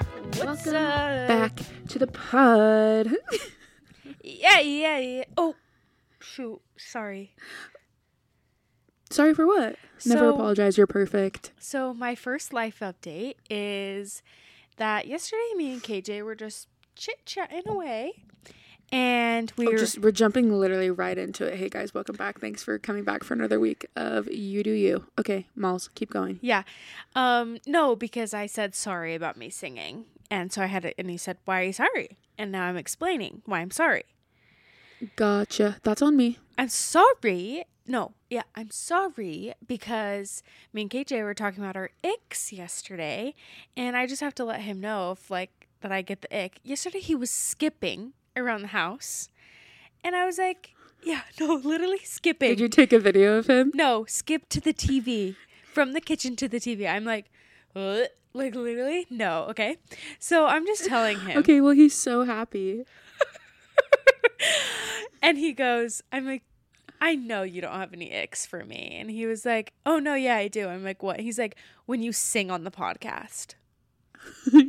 Welcome back. back to the pod. Yeah, yeah, yeah. Oh, shoot. Sorry. Sorry for what? Never So- apologize. You're perfect. So, my first life update is that yesterday me and KJ were just chit chatting away. And we Oh, were. just we're jumping literally right into it. Hey guys, welcome back. Thanks for coming back for another week of You Do You. Okay, Malls, keep going. yeah. Um, no, because I said sorry about me singing. And so I had it, and he said, Why are you sorry? And now I'm explaining why I'm sorry. Gotcha. That's on me. I'm sorry. No, yeah, I'm sorry because me and KJ were talking about our icks yesterday, and I just have to let him know if like that I get the ick. Yesterday he was skipping around the house, and I was like, "Yeah, no, literally skipping. Did you take a video of him? no, skip to the TV from the kitchen to the TV." I'm like, "Ugh," like literally, no, okay. So I'm just telling him. Okay, well he's so happy. And he goes, I'm like, I know you don't have any icks for me. And he was like, Oh no, yeah, I do. I'm like, what? He's like, when you sing on the podcast.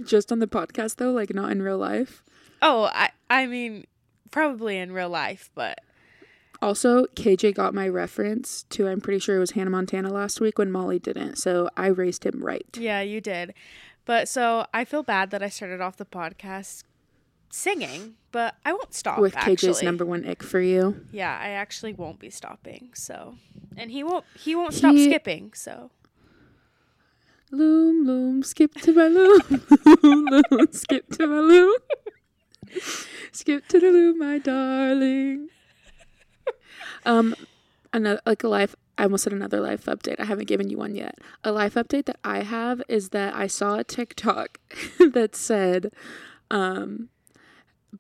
just on the podcast though, like not in real life. Oh, I I mean, probably in real life, but Also, KJ got my reference to I'm pretty sure it was Hannah Montana last week when Molly didn't. So I raced him right. yeah, you did. But so I feel bad that I started off the podcast singing, but I won't stop With KJ's actually. number one ick for you. Yeah, I actually won't be stopping. So, and he won't he won't stop He- skipping. So, Loom, loom, skip to my loom. loom, loom, skip to my loom. skip to the loom, my darling. Um, another like a life. I almost said another life update. I haven't given you one yet. A life update that I have is that I saw a TikTok that said, um,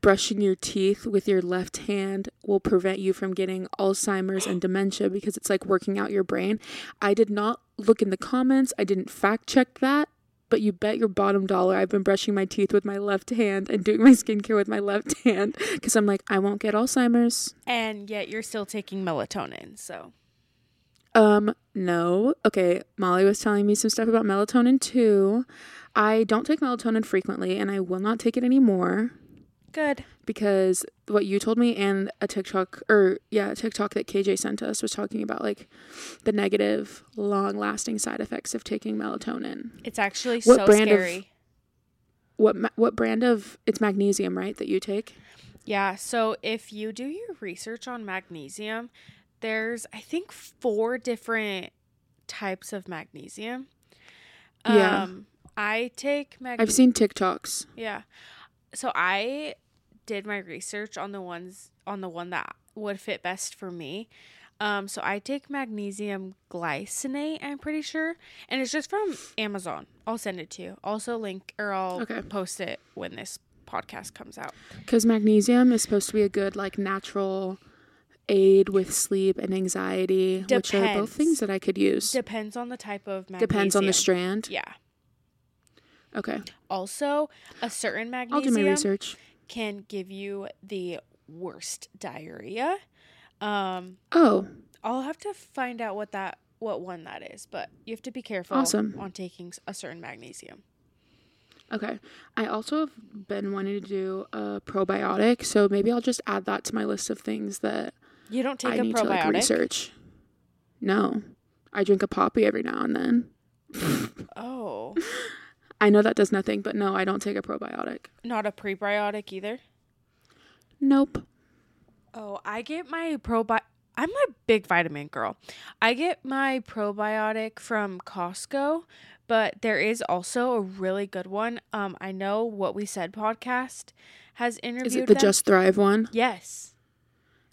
brushing your teeth with your left hand will prevent you from getting Alzheimer's and dementia because it's like working out your brain. I did not look in the comments. I didn't fact check that. But you bet your bottom dollar I've been brushing my teeth with my left hand and doing my skincare with my left hand because I'm like, I won't get Alzheimer's. and yet you're still taking melatonin. So, Um, no. Okay, Molly was telling me some stuff about melatonin too. I don't take melatonin frequently and I will not take it anymore good. because what you told me and a TikTok or yeah, a TikTok that KJ sent us was talking about like the negative, long-lasting side effects of taking melatonin. It's actually What so brand of- scary. What ma- what brand of it's magnesium, right, that you take? Yeah, so if you do your research on magnesium, there's I think four different types of magnesium. Yeah. Um I take magnesium. I've seen TikToks. Yeah. So I did my research on the ones on the one that would fit best for me. Um, so I take magnesium glycinate, I'm pretty sure, and it's just from Amazon. I'll send it to you. Also link or I'll Okay. post it when this podcast comes out. Because magnesium is supposed to be a good, like, natural aid with sleep and anxiety, which are both Depends. things that I could use. Depends on the type of magnesium. Depends on the strand. Yeah. Okay. Also, a certain magnesium I'll do my research. can give you the worst diarrhea. Um, Oh, I'll have to find out what that what one that is, but you have to be careful Awesome. on taking s- a certain magnesium. okay. I also have been wanting to do a probiotic, so maybe I'll just add that to my list of things that You don't take I a need to, like, probiotic. research. No. I drink a poppy every now and then. oh, I know that does nothing, but no, I don't take a probiotic. not a prebiotic either. Nope. Oh, I get my probi. I'm a big vitamin girl. I get my probiotic from Costco, but there is also a really good one. Um, I know what we said podcast has interviewed. Is it the them. Just Thrive one? Yes.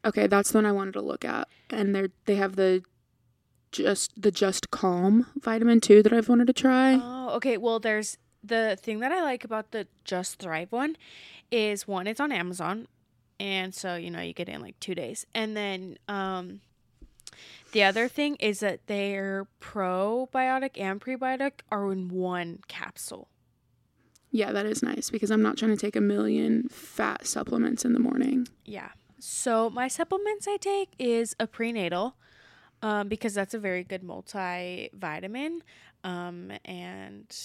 Okay, that's the one I wanted to look at. And they are they have the just the Just Calm vitamin two that I've wanted to try. Oh, okay. Well, there's the thing that I like about the Just Thrive one is one, it's on Amazon, and so you know you get it in like two days, and then um, the other thing is that their probiotic and prebiotic are in one capsule. yeah, that is nice because I'm not trying to take a million fat supplements in the morning. Yeah. So my supplements I take is a prenatal, um, because that's a very good multivitamin, um, and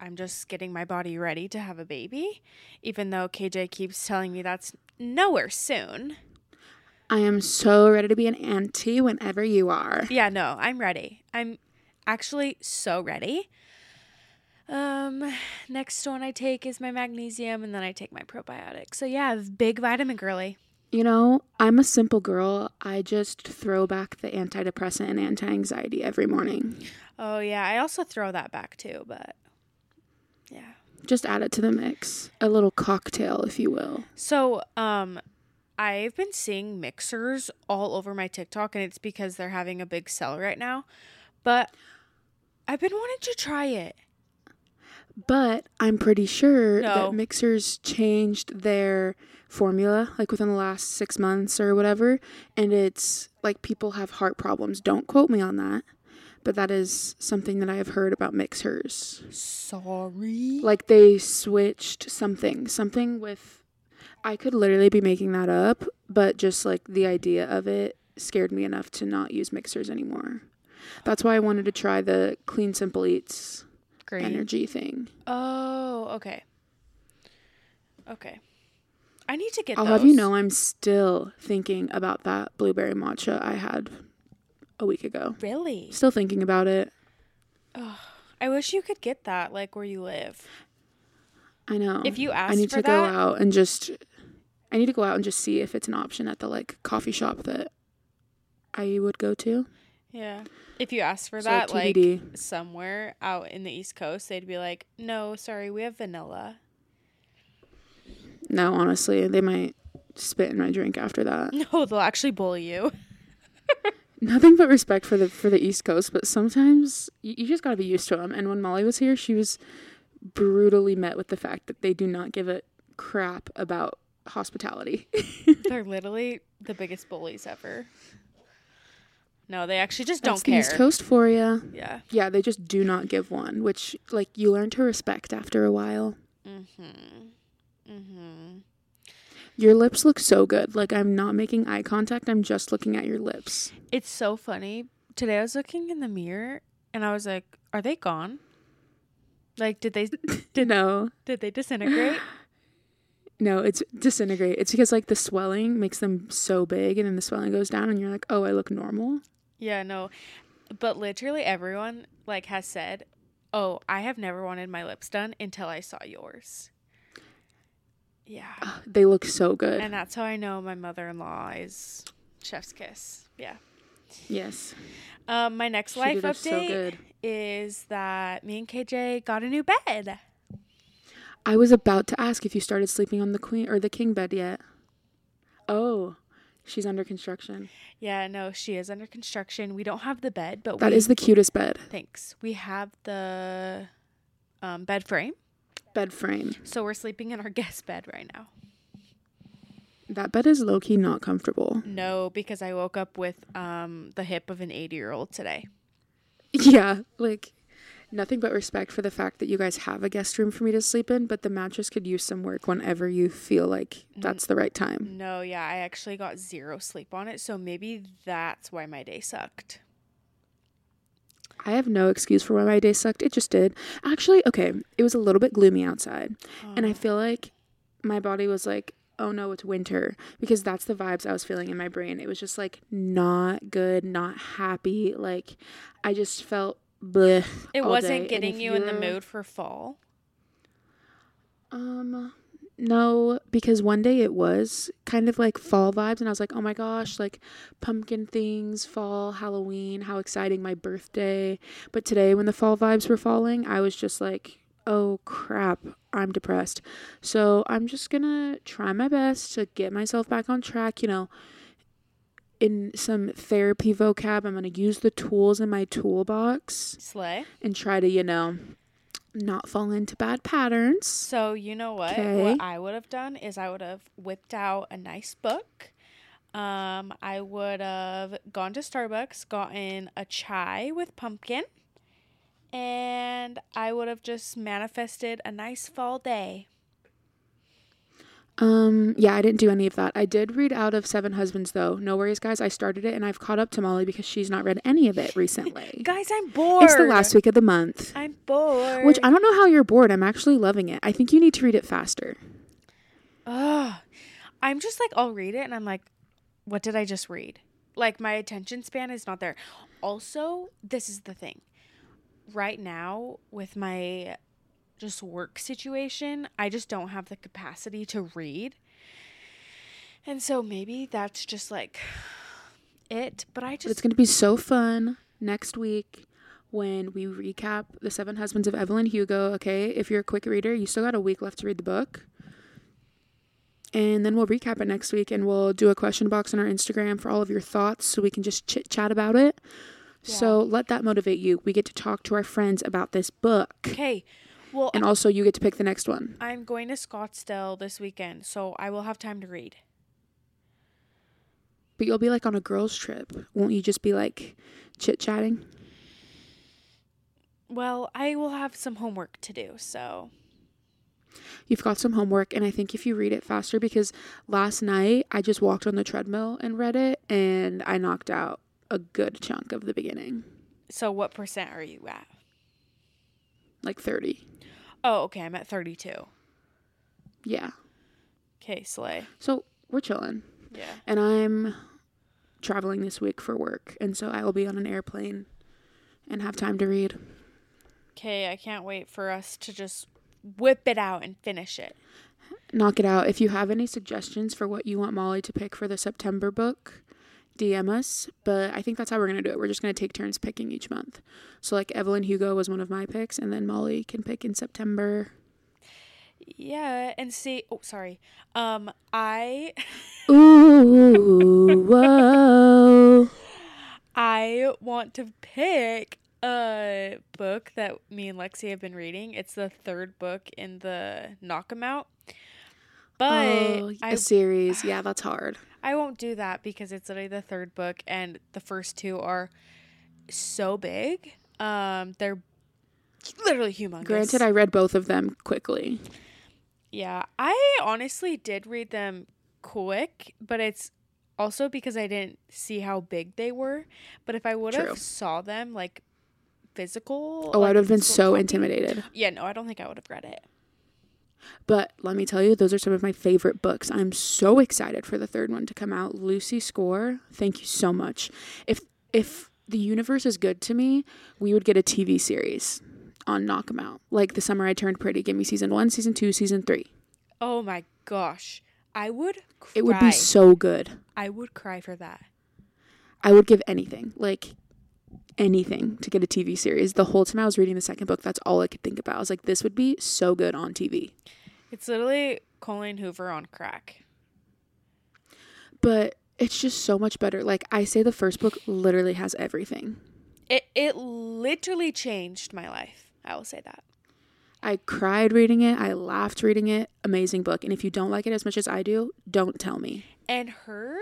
I'm just getting my body ready to have a baby, even though KJ keeps telling me that's nowhere soon. I am so ready to be an auntie whenever you are. Yeah, no, I'm ready. I'm actually so ready. Um, next one I take is my magnesium, and then I take my probiotic. So yeah, big vitamin girly. You know, I'm a simple girl. I just throw back the antidepressant and anti anxiety every morning. Oh yeah, I also throw that back too, but yeah. Just add it to the mix. A little cocktail, if you will. So, um, I've been seeing mixers all over my TikTok, and it's because they're having a big sale right now. But I've been wanting to try it. But I'm pretty sure No. that mixers changed their formula like within the last six months or whatever. And it's like people have heart problems. Don't quote me on that. But that is something that I have heard about mixers. Sorry. Like they switched something, something with. I could literally be making that up, but just like the idea of it scared me enough to not use mixers anymore. That's why I wanted to try the Clean Simple Eats Green. energy thing. Oh, okay. Okay. I need to get I'll those. have you know, I'm still thinking about that blueberry matcha I had a week ago. Really? Still thinking about it. I wish you could get that like where you live. I know. If you I asked need for to go that- out and just. I need to go out and just see if it's an option at the like coffee shop that I would go to. Yeah. If you asked for So, that like TBD. somewhere out in the East Coast, they'd be like, "No, sorry, we have vanilla." No, honestly, they might spit in my drink after that. No, they'll actually bully you. Nothing but respect for the for the East Coast, but sometimes you, you just gotta be used to them. And when Molly was here, she was brutally met with the fact that they do not give a crap about hospitality. They're literally the biggest bullies ever. No, they actually just don't That's the care. East Coast for ya. Yeah. Yeah, they just do not give one, which like you learn to respect after a while. Mhm. Mhm. Your lips look so good. Like I'm not making eye contact. I'm just looking at your lips. It's so funny. Today I was looking in the mirror and I was like, "Are they gone? Like, did they No, did they disintegrate?" no, it's disintegrate. It's because like the swelling makes them so big, and then the swelling goes down, and you're like, oh, I look normal. Yeah, no. But literally everyone like has said, "Oh, I have never wanted my lips done until I saw yours." Yeah. Ugh, they look so good. And that's how I know my mother-in-law is chef's kiss. Yeah. yes, Um my next She life did us so update good. is that me and KJ got a new bed. I was about to ask if you started sleeping on the queen or the king bed yet. Oh, she's under construction. Yeah, no, she is under construction. We don't have the bed, but That we is the cutest bed. thanks. We have the um, bed frame. Bed frame. So we're sleeping in our guest bed right now. That bed is low key not comfortable. No, because I woke up with um the hip of an 80 year old today. Yeah, like nothing but respect for the fact that you guys have a guest room for me to sleep in, but the mattress could use some work whenever you feel like that's the right time. No, yeah, I actually got zero sleep on it, so maybe that's why my day sucked. I have no excuse for why my day sucked. It just did. Actually, okay, it was a little bit gloomy outside, and Um, I feel like my body was like, "Oh no, it's winter," because that's the vibes I was feeling in my brain. It was just like not good, not happy. Like I just felt bleh. It all day, wasn't and getting if you in the you're- mood for fall. Um, no, because one day it was kind of like fall vibes, and I was like, oh my gosh, like pumpkin things, fall, Halloween, how exciting, my birthday. But today, when the fall vibes were falling, I was just like, oh crap, I'm depressed. So I'm just gonna try my best to get myself back on track, you know. In some therapy vocab, I'm gonna use the tools in my toolbox Slay. and try to, you know, not fall into bad patterns. So, you know what? Okay. What I would have done is I would have whipped out a nice book. Um, I would have gone to Starbucks, gotten a chai with pumpkin, and I would have just manifested a nice fall day. Um, yeah, I didn't do any of that. I did read out of Seven Husbands though. No worries, guys. I started it and I've caught up to Molly because she's not read any of it recently. Guys, I'm bored. it's the last week of the month. I'm bored. Which I don't know how you're bored. I'm actually loving it. I think you need to read it faster. Ugh. I'm just like, I'll read it and I'm like, what did I just read? Like, my attention span is not there. Also, this is the thing. Right now, with my just work situation, I just don't have the capacity to read. And so maybe that's just like it. But I But it's just, going to be so fun next week when we recap The Seven Husbands of Evelyn Hugo. Okay, if you're a quick reader, you still got a week left to read the book. And then we'll recap it next week and we'll do a question box on our Instagram for all of your thoughts so we can just chit chat about it. So let that motivate you. We get to talk to our friends about this book. okay. Well, And also, you get to pick the next one. I'm going to Scottsdale this weekend, so I will have time to read. But you'll be like on a girls' trip. Won't you just be like chit chatting? Well, I will have some homework to do, so. You've got some homework, and I think if you read it faster, because last night I just walked on the treadmill and read it, and I knocked out a good chunk of the beginning, So what percent are you at? like 30. Oh, okay, I'm at 32. Yeah. Okay, slay. So we're chilling. Yeah. And I'm traveling this week for work, and so I will be on an airplane and have time to read. Okay, I can't wait for us to just whip it out and finish it. Knock it out. If you have any suggestions for what you want Molly to pick for the September book, DM us. But I think that's how we're going to do it. We're just going to take turns picking each month. So, like, Evelyn Hugo was one of my picks, and then Molly can pick in September. Yeah, and see. Oh, sorry. Um, I Ooh, whoa. I want to pick a book that me and Lexi have been reading. It's the third book in the Knock 'Em Out. But Oh, a I series. Yeah, that's hard. I won't do that because it's already the third book and the first two are so big. Um they're literally humongous. Granted, I read both of them quickly. Yeah, I honestly did read them quick, but it's also because I didn't see how big they were. But if I would True. have saw them like physical Oh, I like, would have been physical so copy- intimidated. Yeah, no, I don't think I would have read it. But let me tell you, those are some of my favorite books. I'm so excited for the third one to come out. Lucy Score, thank you so much. If if the universe is good to me, we would get a TV series on Knock 'Em Out, like The Summer I Turned Pretty. Give me season one, season two, season three. Oh my gosh. I would cry. It would be so good. I would cry for that. I would give anything, like anything, to get a TV series. The whole time I was reading the second book, that's all I could think about. I was like, this would be so good on TV. It's literally Colleen Hoover on crack. But it's just so much better. Like I say, the first book literally has everything. It it literally changed my life. I will say that. I cried reading it. I laughed reading it. Amazing book. And if you don't like it as much as I do, don't tell me. And her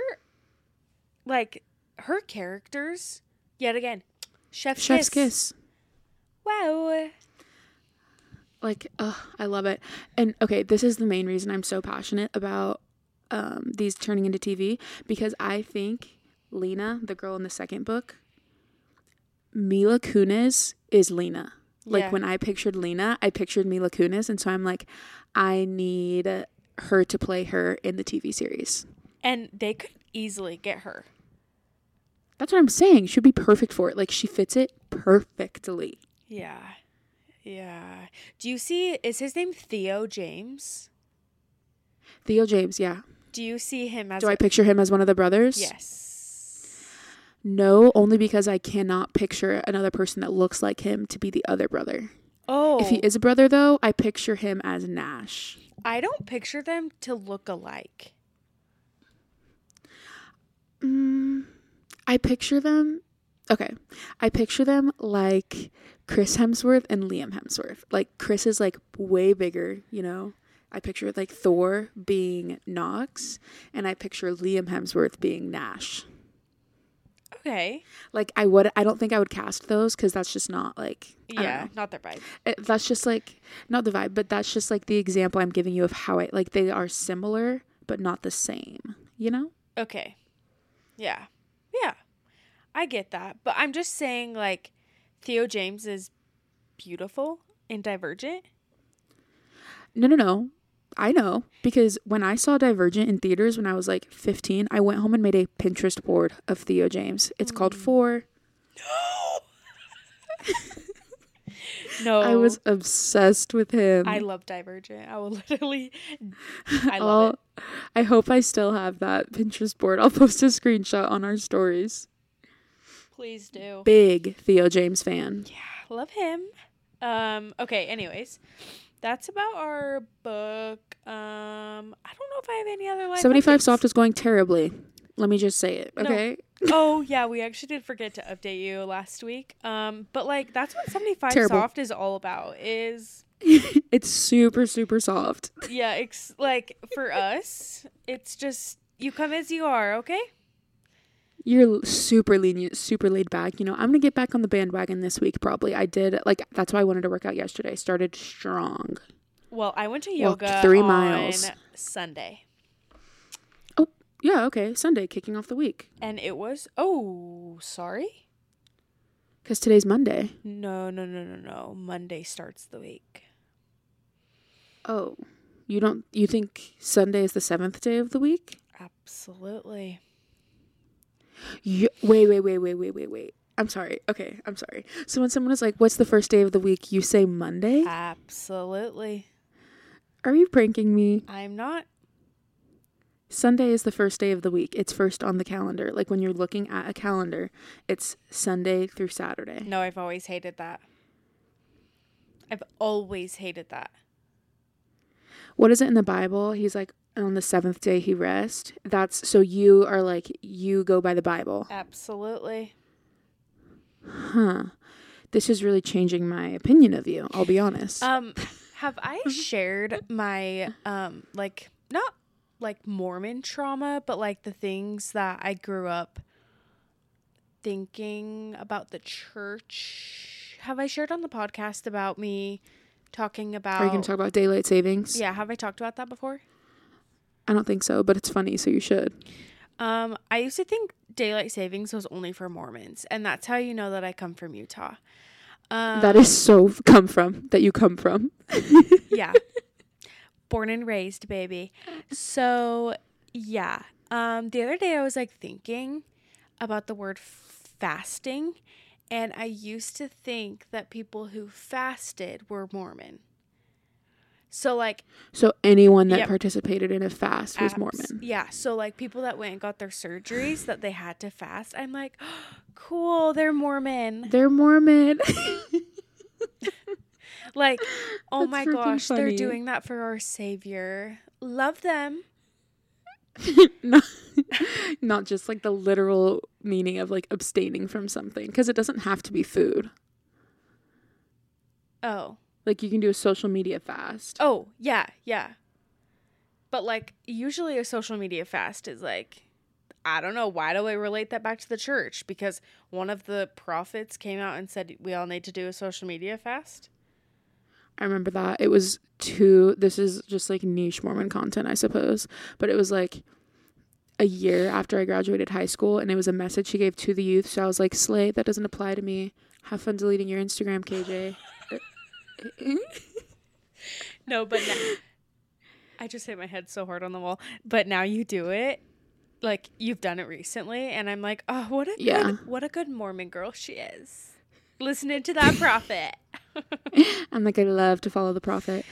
like her characters yet again chef's, Chef's kiss. Kiss. Wow. Like, ugh, I love it. And okay, this is the main reason I'm so passionate about um, these turning into TV because I think Lena, the girl in the second book, Mila Kunis is Lena. Like Yeah. when I pictured Lena, I pictured Mila Kunis, and so I'm like, I need her to play her in the TV series. And they could easily get her. That's what I'm saying. She'd be perfect for it. Like she fits it perfectly. Yeah. Yeah. Do you see is his name Theo James? Theo James, yeah. Do you see him as Do a- I picture him as one of the brothers? Yes. No, only because I cannot picture another person that looks like him to be the other brother. Oh, If he is a brother though, I picture him as Nash. I don't picture them to look alike. Mm, I picture them Okay. I picture them like Chris Hemsworth and Liam Hemsworth. Like Chris is like way bigger, you know. I picture like Thor being Knox and I picture Liam Hemsworth being Nash. Okay. Like I would, I don't think I would cast those because that's just not like I don't Yeah, know. not their vibe. It- that's just like not the vibe, but that's just like the example I'm giving you of how I like they are similar but not the same. You know? Okay. Yeah. Yeah. I get that. But I'm just saying, like, Theo James is beautiful and divergent. No, no, no. I know because when I saw Divergent in theaters when I was like 15, I went home and made a Pinterest board of Theo James. It's called Mm. Four. No. I was um, obsessed with him. Oh. I love Divergent. I will literally. I love it. I'll- I hope I still have that Pinterest board. I'll post a screenshot on our stories. Please do. Big Theo James fan. Yeah, love him. Um, okay, anyways. That's about our book. Um, I don't know if I have any other like 75 Soft is going terribly. Let me just say it, No. okay? oh yeah, we actually did forget to update you last week. Um, but like that's what seventy five Terrible. soft is all about. Is it's super, super soft. yeah, it's like for us, it's just you come as you are. Okay. You're l- super lenient, super laid back. You know, I'm going to get back on the bandwagon this week, probably. I did, like, that's why I wanted to work out yesterday. Started strong. Well, I went to Walked yoga three on miles. Sunday, Oh, Yeah, okay. Sunday, kicking off the week. and it was oh sorry. Because today's Monday. No, no, no, no, no. Monday starts the week. Oh. You don't, you think Sunday is the seventh day of the week? Absolutely. You, wait, wait, wait, wait, wait, wait, wait. I'm sorry. Okay, I'm sorry. So when someone is like, "What's the first day of the week?" you say Monday. Uh, Absolutely. Are you pranking me? I'm not Sunday is the first day of the week. It's first on the calendar. Like when you're looking at a calendar, it's Sunday through Saturday. No, I've always hated that. I've always hated that. What is it in the Bible? He's like, on the seventh day he rest. That's so you are like you go by the Bible, Absolutely. huh? This is really changing my opinion of you. I'll be honest. Um have I shared my um like not like Mormon trauma, but like the things that I grew up thinking about the church? Have I shared on the podcast about me talking about are you gonna talk about daylight savings? Yeah, have I talked about that before? I don't think so, but it's funny, so you should. Um, I used to think daylight savings was only for Mormons, and that's how you know that I come from Utah. Um, that is so f- come from that you come from. yeah, born and raised, baby. So yeah, um, the other day I was like thinking about the word fasting, and I used to think that people who fasted were Mormon. So like So anyone that Yep. participated in a fast was abs- Mormon. Yeah. So like people that went and got their surgeries that they had to fast. I'm like, cool, they're Mormon. They're Mormon. Like, oh That's my freaking gosh, they're funny. doing that for our savior. Love them. not, not just like the literal meaning of like abstaining from something because it doesn't have to be food. Oh. Like you can do a social media fast. Oh, yeah, yeah. But like usually a social media fast is like I don't know why do I relate that back to the church because one of the prophets came out and said we all need to do a social media fast. I remember that. It was two, this is just like niche Mormon content, I suppose, but it was like a year after I graduated high school and it was a message she gave to the youth. So I was like, Slay, that doesn't apply to me. Have fun deleting your Instagram, KJ. No, but now, I just hit my head so hard on the wall. But now you do it, like you've done it recently, and I'm like, oh, what a Yeah. good, what a good Mormon girl she is. Listening to that prophet. I'm like, I love to follow the prophet.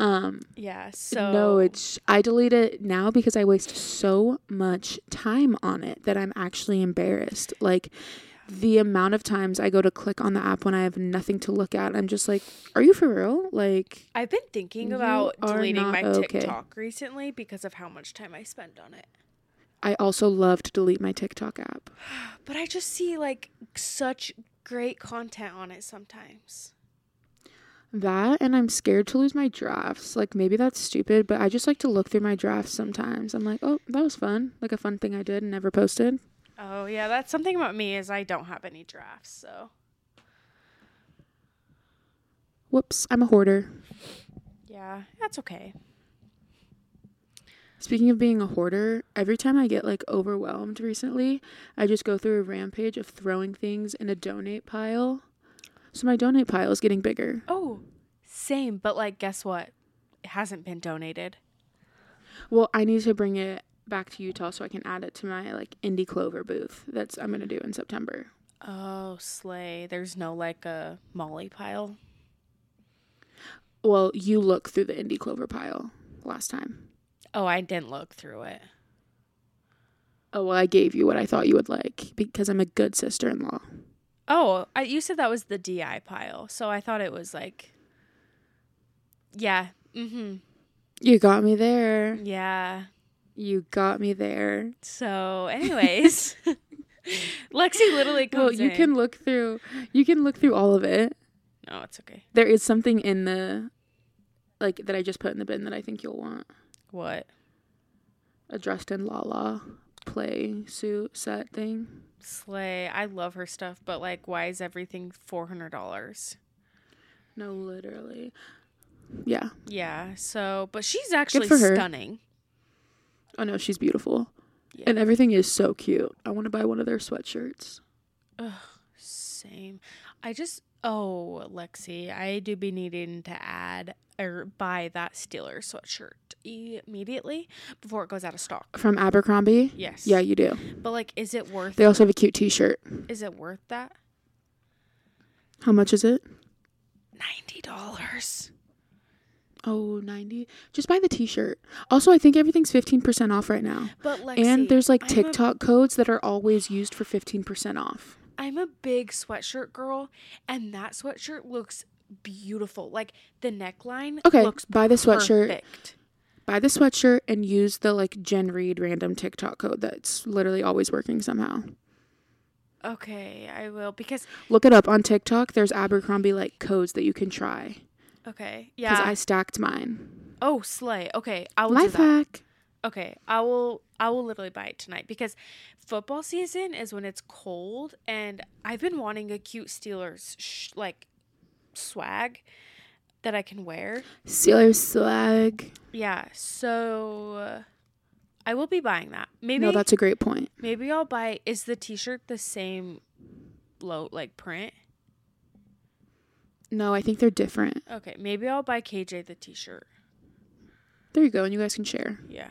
Um, yeah. So no, it's I delete it now because I waste so much time on it that I'm actually embarrassed. Like the amount of times I go to click on the app when I have nothing to look at, I'm just like, are you for real? Like, I've been thinking You about are deleting not my okay. TikTok recently because of how much time I spend on it. I also love to delete my TikTok app. But I just see like such great content on it sometimes. That and I'm scared to lose my drafts. Like maybe that's stupid, but I just like to look through my drafts sometimes. I'm like, oh, that was fun. Like a fun thing I did and never posted. Oh yeah, that's something about me is I don't have any drafts, so Whoops, I'm a hoarder. yeah, that's okay. Speaking of being a hoarder, every time I get like overwhelmed recently, I just go through a rampage of throwing things in a donate pile. So my donate pile is getting bigger. Oh, same, but like guess what? It hasn't been donated. Well, I need to bring it back to Utah so I can add it to my like indie clover booth. That's I'm gonna do in September. Oh, slay. There's no like a molly pile. Well, you look through the indie clover pile last time. Oh, I didn't look through it. Oh well, I gave you what I thought you would like because I'm a good sister-in-law. Oh, I, you said that was the DI pile, so I thought it was like Yeah. Mhm. You got me there. Yeah. You got me there. So, anyways, Lexi literally comes Well, you in. can look through. You can look through all of it. No, Oh, it's okay. There is something in the like that I just put in the bin that I think you'll want. What? A dressed in Lala play suit set thing. Slay. I love her stuff, but like, why is everything four hundred dollars? No, literally. Yeah. Yeah. So, but she's actually for her. stunning. Oh no, she's beautiful. Yeah. And everything is so cute. I want to buy one of their sweatshirts. Ugh, same. I just. Oh, Lexi, I do be needing to add or buy that Steeler sweatshirt immediately before it goes out of stock. From Abercrombie? Yes. Yeah, you do. But like, is it worth? They also have a cute t shirt. is it worth that? How much is it? Ninety dollars. Oh, 90. Just buy the t shirt. Also, I think everything's 15% off right now. But Lexi, And there's like I'm a- TikTok codes that are always used for 15% off. I'm a big sweatshirt girl, and that sweatshirt looks beautiful. Like the neckline Okay, looks buy the sweatshirt. perfect. Buy the sweatshirt and use the like Jen Reed random TikTok code that's literally always working somehow. Okay, I will because Look it up on TikTok. There's Abercrombie like codes that you can try. okay, Because yeah. I stacked mine. oh, slay. Okay, I will Life do that. hack. Okay, I will. I will literally buy it tonight because football season is when it's cold, and I've been wanting a cute Steelers sh- like swag that I can wear. Steelers swag. Yeah, so uh, I will be buying that. Maybe No, that's a great point. Maybe I'll buy. Is the T-shirt the same, low like print? No, I think they're different. Okay, maybe I'll buy KJ the T-shirt. There you go, and you guys can share. Yeah.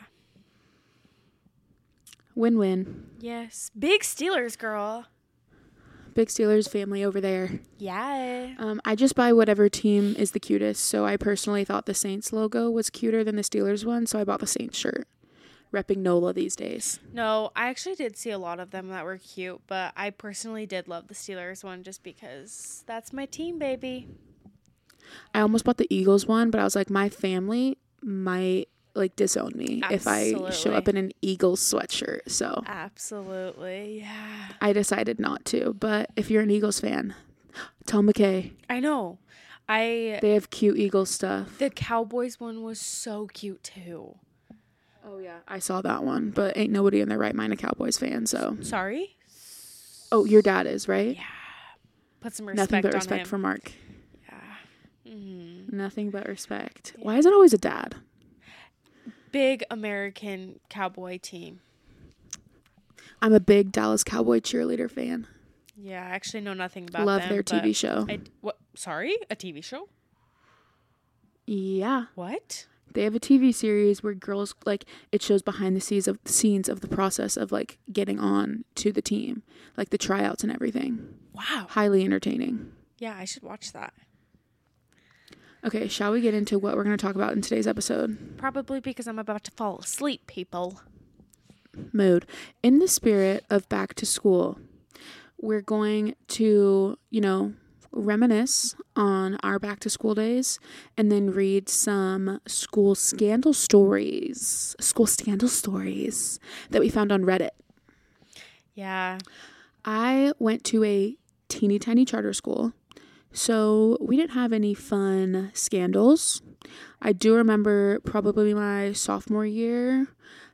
Win win. Yes, big Steelers girl. Big Steelers family over there. Yeah. Um, I just buy whatever team is the cutest. So I personally thought the Saints logo was cuter than the Steelers one, so I bought the Saints shirt. Repping Nola these days. No, I actually did see a lot of them that were cute, but I personally did love the Steelers one just because that's my team, baby. I almost bought the Eagles one, but I was like, my family might like disown me if I show Absolutely. up in an Eagles sweatshirt. So Absolutely. Yeah. I decided not to. But if you're an Eagles fan, tell McKay. I know. I They have cute Eagles stuff. the Cowboys one was so cute too. Oh yeah, I saw that one, but ain't nobody in their right mind a Cowboys fan. So, Sorry. oh, your dad is right. Yeah. Put some respect Nothing but on respect him. for Mark. yeah. Mhm. Nothing but respect. Why is it always a dad? big American cowboy team. I'm a big Dallas Cowboy cheerleader fan. Yeah, I actually know nothing about Love them, their but TV show. I, what? Sorry, a TV show? yeah, What? they have a TV series where girls like it shows behind the scenes of scenes of the process of like getting on to the team, like the tryouts and everything. Wow. Highly entertaining. Yeah, I should watch that. Okay, shall we get into what we're going to talk about in today's episode? Probably because I'm about to fall asleep, people. mood. In the spirit of back to school, we're going to, you know, reminisce on our back to school days and then read some school scandal stories, school scandal stories that we found on Reddit. Yeah. I went to a teeny tiny charter school So we didn't have any fun scandals. I do remember probably my sophomore year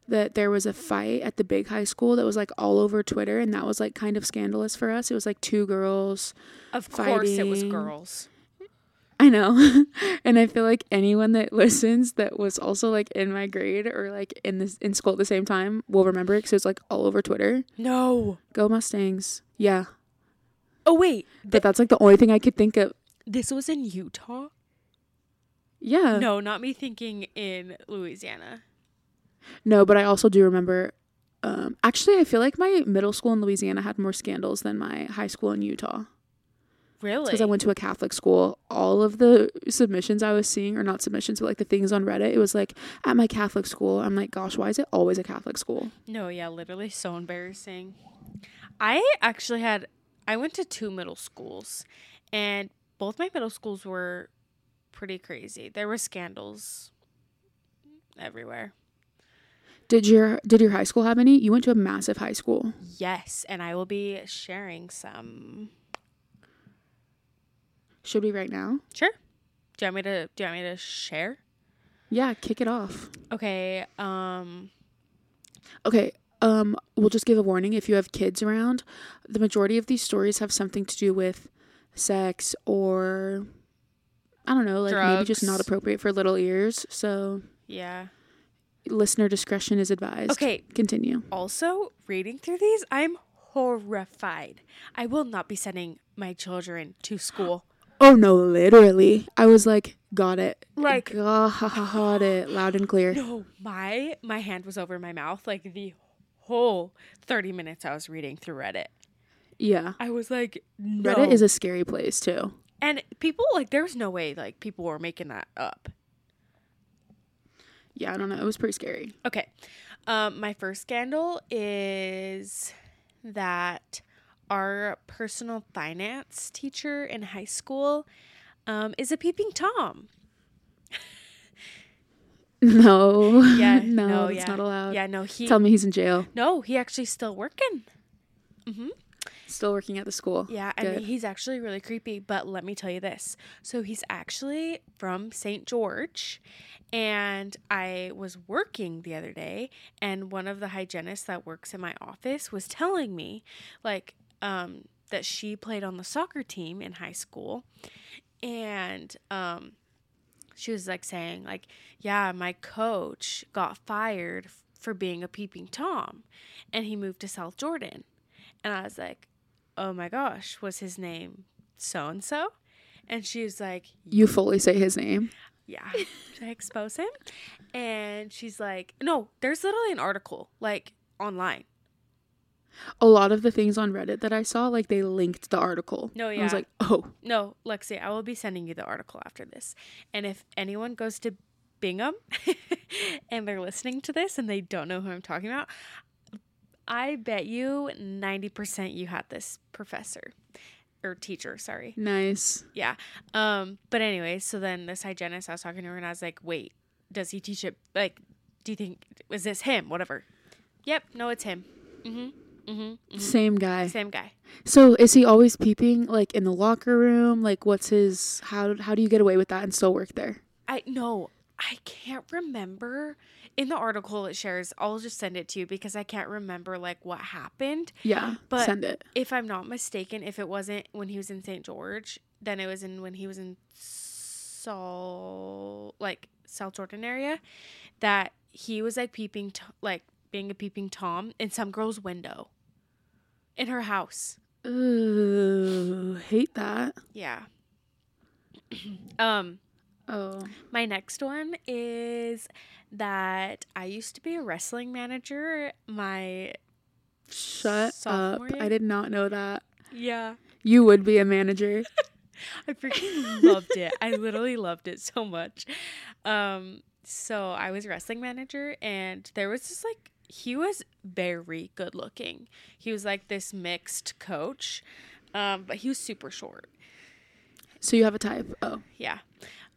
that there was a fight at the big high school that was like all over Twitter and that was like kind of scandalous for us. It was like two girls. Of course, it was Fighting. girls. I know. and I feel like anyone that listens that was also like in my grade or like in this in school at the same time will remember it cuz it's like all over Twitter. No. Go Mustangs. Yeah. Oh wait, But that's like the only thing I could think of. this was in Utah. Yeah. No, not me thinking in Louisiana. No, but I also do remember. Um, actually, I feel like my middle school in Louisiana had more scandals than my high school in Utah Really? because I went to a Catholic school. All of the submissions I was seeing, or not submissions, but like the things on Reddit, it was like at my Catholic school. I'm like, gosh, why is it always a Catholic school? No, yeah, literally so embarrassing. I actually had I went to two middle schools and both my middle schools were pretty crazy. There were scandals everywhere. Did your did your high school have any? You went to a massive high school. Yes, and I will be sharing some. Should we right now? Sure. Do you want me to do you want me to share? Yeah, kick it off. Okay, um Okay. Um, we'll just give a warning if you have kids around. The majority of these stories have something to do with sex or I don't know, like maybe just not Drugs. appropriate for little ears. So yeah. listener discretion is advised. Okay, Continue. Also, reading through these, I'm horrified. I will not be sending my children to school. Oh no, literally. I was like, got it. "Ah, Like- got it. Loud and clear. No, my my hand was over my mouth like the whole 30 minutes I was reading through Reddit. Yeah. I was like, no. Reddit is a scary place too. and people like there was no way like people were making that up. Yeah, I don't know. It was pretty scary. Okay. Um, my first scandal is that our personal finance teacher in high school um, is a peeping Tom. No. Yeah. no, no, that's yeah. not allowed. Yeah, no, he Tell me he's in jail. No, he actually still working. hmm Still working at the school. Yeah, Oh, Good. and he's actually really creepy. But let me tell you this: so he's actually from St. George, and I was working the other day, and one of the hygienists that works in my office was telling me, like, um, that she played on the soccer team in high school, and um, she was like saying, like, yeah, my coach got fired f- for being a peeping tom, and he moved to South Jordan, and I was like oh my gosh, was his name so and so? And she was like, You fully say his name. yeah, should I expose him? And she's like, no, there's literally an article like online. a lot of the things on Reddit that I saw, like they linked the article. No, And I was yeah. like, oh, No, Lexi, I will be sending you the article after this. And if anyone goes to Bingham and they're listening to this and they don't know who I'm talking about, I bet you 90% you had this professor or teacher, sorry. nice. Yeah. Um, but anyway, so then this hygienist, I was talking to her and I was like, wait, does he teach it? Like, do you think, is this him? Whatever. Yep. No, it's him. Mm hmm. Mm hmm. Same guy. Same guy. So is he always peeping like in the locker room? Like what's his how how do you get away with that and still work there? I no, I can't remember. In the article it shares, I'll just send it to you because I can't remember like what happened. Yeah. But- send it. If I'm not mistaken, if it wasn't when he was in St. George, then it was in when he was in Saul, like South Jordan area, that he was like peeping, t- like being a peeping tom in some girl's window, in her house. Ooh, hate that. Yeah. um. Oh. My next one is that I used to be a wrestling manager. My Shut up. Sophomore year? I did not know that. yeah, You would be a manager. I freaking loved it. I literally loved it so much. Um, so I was wrestling manager, and there was this like he was very good looking. He was like this mixed coach, um, but he was super short. So you have a type. Oh. Yeah.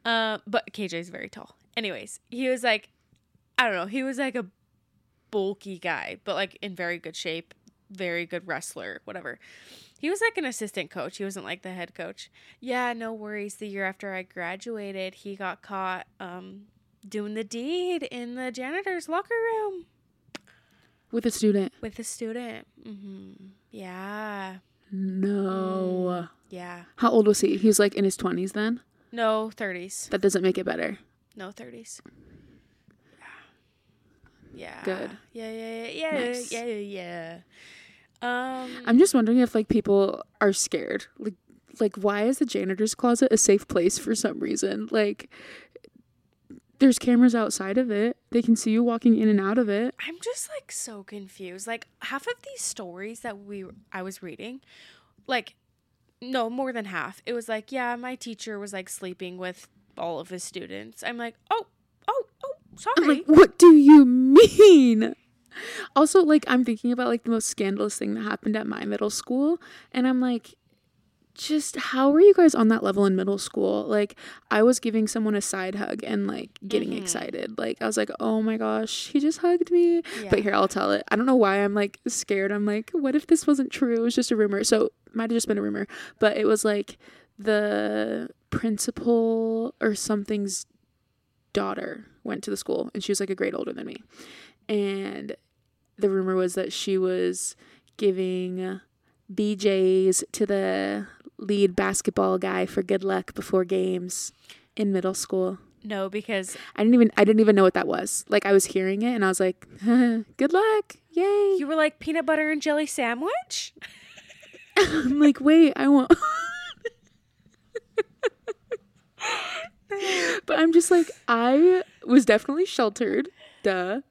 Uh, but KJ's very tall. Anyways, he was like, I don't know, he was like a bulky guy, but like in very good shape, very good wrestler, whatever. He was like an assistant coach. He wasn't like the head coach. Yeah, no worries. The year after I graduated, he got caught um, doing the deed in the janitor's locker room with a student. with a student. hmm Yeah. Mm. No. Yeah. How old was he? He was like in his 20s then. No 30s. That doesn't make it better. No 30s. Yeah. Good. Yeah, yeah, yeah, yeah, Nice. yeah, yeah, yeah. Um, I'm just wondering if like people are scared. Like like why is the janitor's closet a safe place for some reason? Like there's cameras outside of it. They can see you walking in and out of it. I'm just like so confused. Like half of these stories that we I was reading, like no, more than half. It was like, yeah, my teacher was like sleeping with all of his students. I'm like, "Oh, oh, oh, I'm sorry." like, what do you mean? Also, like, I'm thinking about like the most scandalous thing that happened at my middle school, and I'm like, just how were you guys on that level in middle school? Like, I was giving someone a side hug and like getting Mhm. excited. Like, I was like, oh my gosh, he just hugged me. But Yeah. here, I'll tell it. I don't know why I'm like scared. I'm like, what if this wasn't true? It was just a rumor. So, might have just been a rumor, but it was like the principal or something's daughter went to the school and she was like a grade older than me. And the rumor was that she was giving BJs to the lead basketball guy for good luck before games in middle school. no, because I didn't even I didn't even know what that was. Like I was hearing it and I was like, "Good luck. Yay." you were like peanut butter and jelly sandwich? I'm like, "Wait, I want But I'm just like, I was definitely sheltered, duh.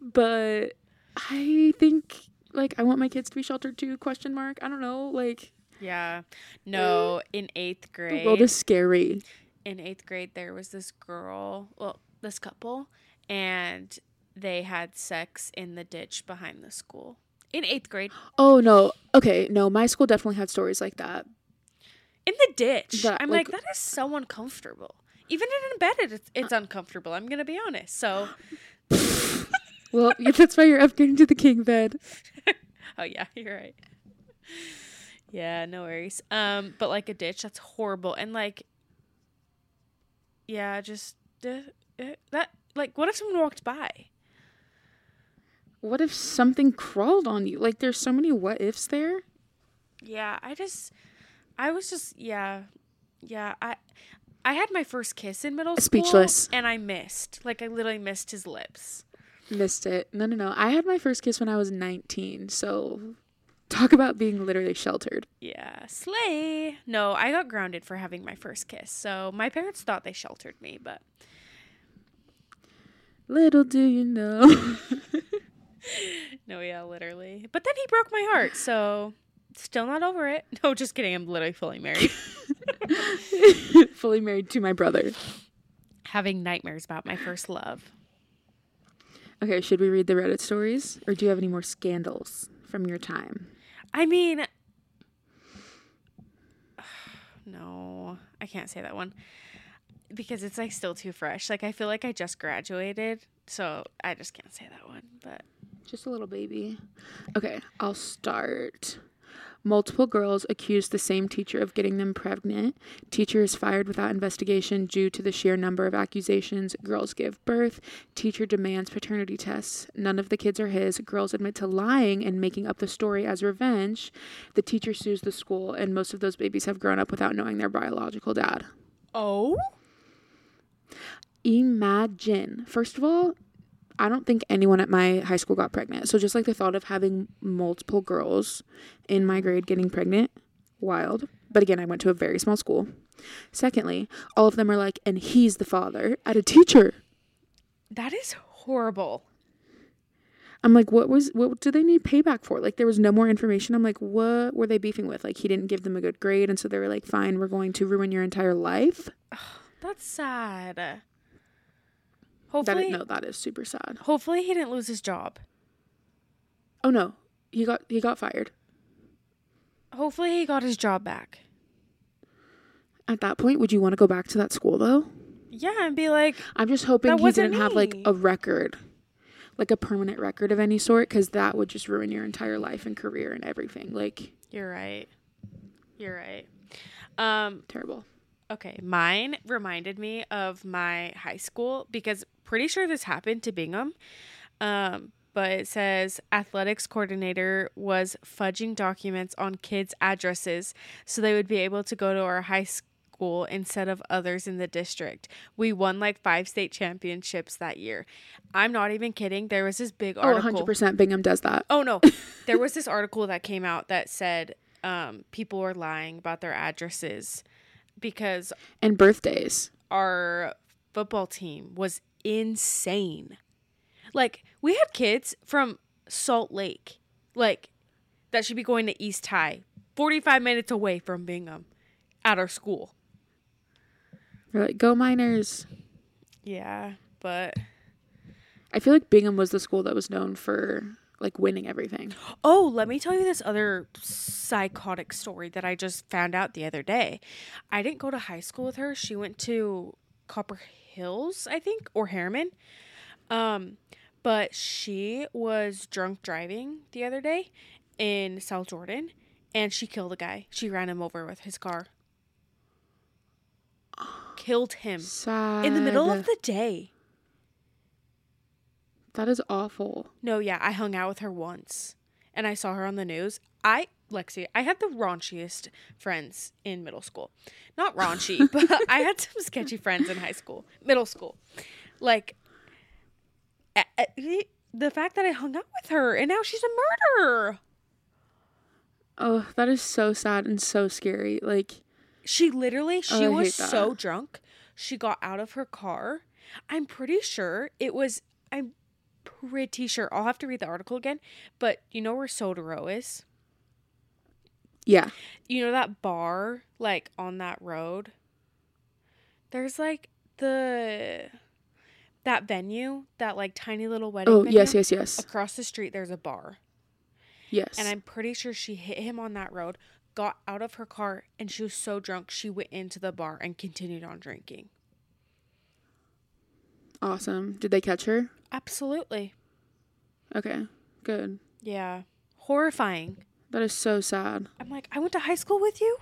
But I think like I want my kids to be sheltered too, question mark. I don't know. Like Yeah. No, in 8th grade. the world is scary. in eighth grade there was this girl well this couple and they had sex in the ditch behind the school in eighth grade Oh no. Okay, no, my school definitely had stories like that. in the ditch That, i'm like- like, that is so uncomfortable even in bed it's, it's uncomfortable i'm gonna be honest so Well, yeah, that's why you're upgrading to the king bed. oh yeah you're right yeah no worries um but like a ditch that's horrible and like yeah just uh, uh, that like what if someone walked by What if something crawled on you? Like there's so many what ifs there. Yeah, I just, I was just, yeah, yeah. I, I had my first kiss in middle school. Speechless. And I missed, like, I literally missed his lips. Missed it. No, no, no. I had my first kiss when I was 19. So talk about being literally sheltered. Yeah, slay. No, I got grounded for having my first kiss. So my parents thought they sheltered me, but Little do you know. no, yeah, literally. But then he broke my heart, so still not over it. No, just kidding. I'm literally fully married, Fully married to my brother. having nightmares about my first love. Okay, should we read the Reddit stories? Or do you have any more scandals from your time? I mean, no, I can't say that one because it's like still too fresh. Like I feel like I just graduated, so I just can't say that one. But Just a little baby. Okay, I'll start. Multiple girls accused the same teacher of getting them pregnant. Teacher is fired without investigation due to the sheer number of accusations. Girls give birth. Teacher demands paternity tests. None of the kids are his. Girls admit to lying and making up the story as revenge. The teacher sues the school, and most of those babies have grown up without knowing their biological dad. oh, Imagine. First of all, I don't think anyone at my high school got pregnant. So just like the thought of having multiple girls in my grade getting pregnant, wild. But again, I went to a very small school. Secondly, all of them are like, and he's the father at a teacher. that is horrible. I'm like, what was what do they need payback for? Like there was no more information. I'm like, what were they beefing with? Like he didn't give them a good grade, and so they were like, fine, we're going to ruin your entire life. That's sad. That is, Hopefully, no, that is super sad. hopefully he didn't lose his job. Oh no, he got he got fired. Hopefully he got his job back. At that point, would you want to go back to that school though? Yeah, and be like, I'm just hoping That he wasn't didn't have like me. a record. like a permanent record of any sort because that would just ruin your entire life and career and everything. Like You're right. You're right. Um, terrible. Okay, mine reminded me of my high school because pretty sure this happened to Bingham. Um, but it says athletics coordinator was fudging documents on kids' addresses so they would be able to go to our high school instead of others in the district. We won like five state championships that year. I'm not even kidding. There was this big Oh, article. 100% Bingham does that. Oh no, there was this article that came out that said um, people were lying about their addresses because And birthdays. our football team was insane. Like we had kids from Salt Lake, like that should be going to East High, forty five minutes away from Bingham, at our school. They're like, go Miners. Yeah, but I feel like Bingham was the school that was known for like winning everything. Oh, let me tell you this other psychotic story that I just found out the other day. I didn't go to high school with her. She went to Copper Hills, I think, or Harriman. Um, but she was drunk driving the other day in South Jordan and she killed a guy. She ran him over with his car. Killed him Sad. in the middle of the day. That is awful. No, yeah, I hung out with her once and I saw her on the news. I, Lexi, I had the raunchiest friends in middle school. Not raunchy, but I had some sketchy friends in high school, middle school. Like, a- a- the- the fact that I hung out with her and now she's a murderer. Oh, that is so sad and so scary. Like She literally, Oh, she I was hate that. so drunk. She got out of her car. I'm pretty sure it was, I'm pretty sure. I'll have to read the article again, but you know where Sotero is? yeah. you know that bar like on that road there's like the that venue that like tiny little wedding Oh, venue. yes, yes, yes. across the street there's a bar Yes. and i'm pretty sure she hit him on that road got out of her car and she was so drunk she went into the bar and continued on drinking awesome. Did they catch her? absolutely Okay. Good. yeah horrifying That is so sad. i'm like i went to high school with you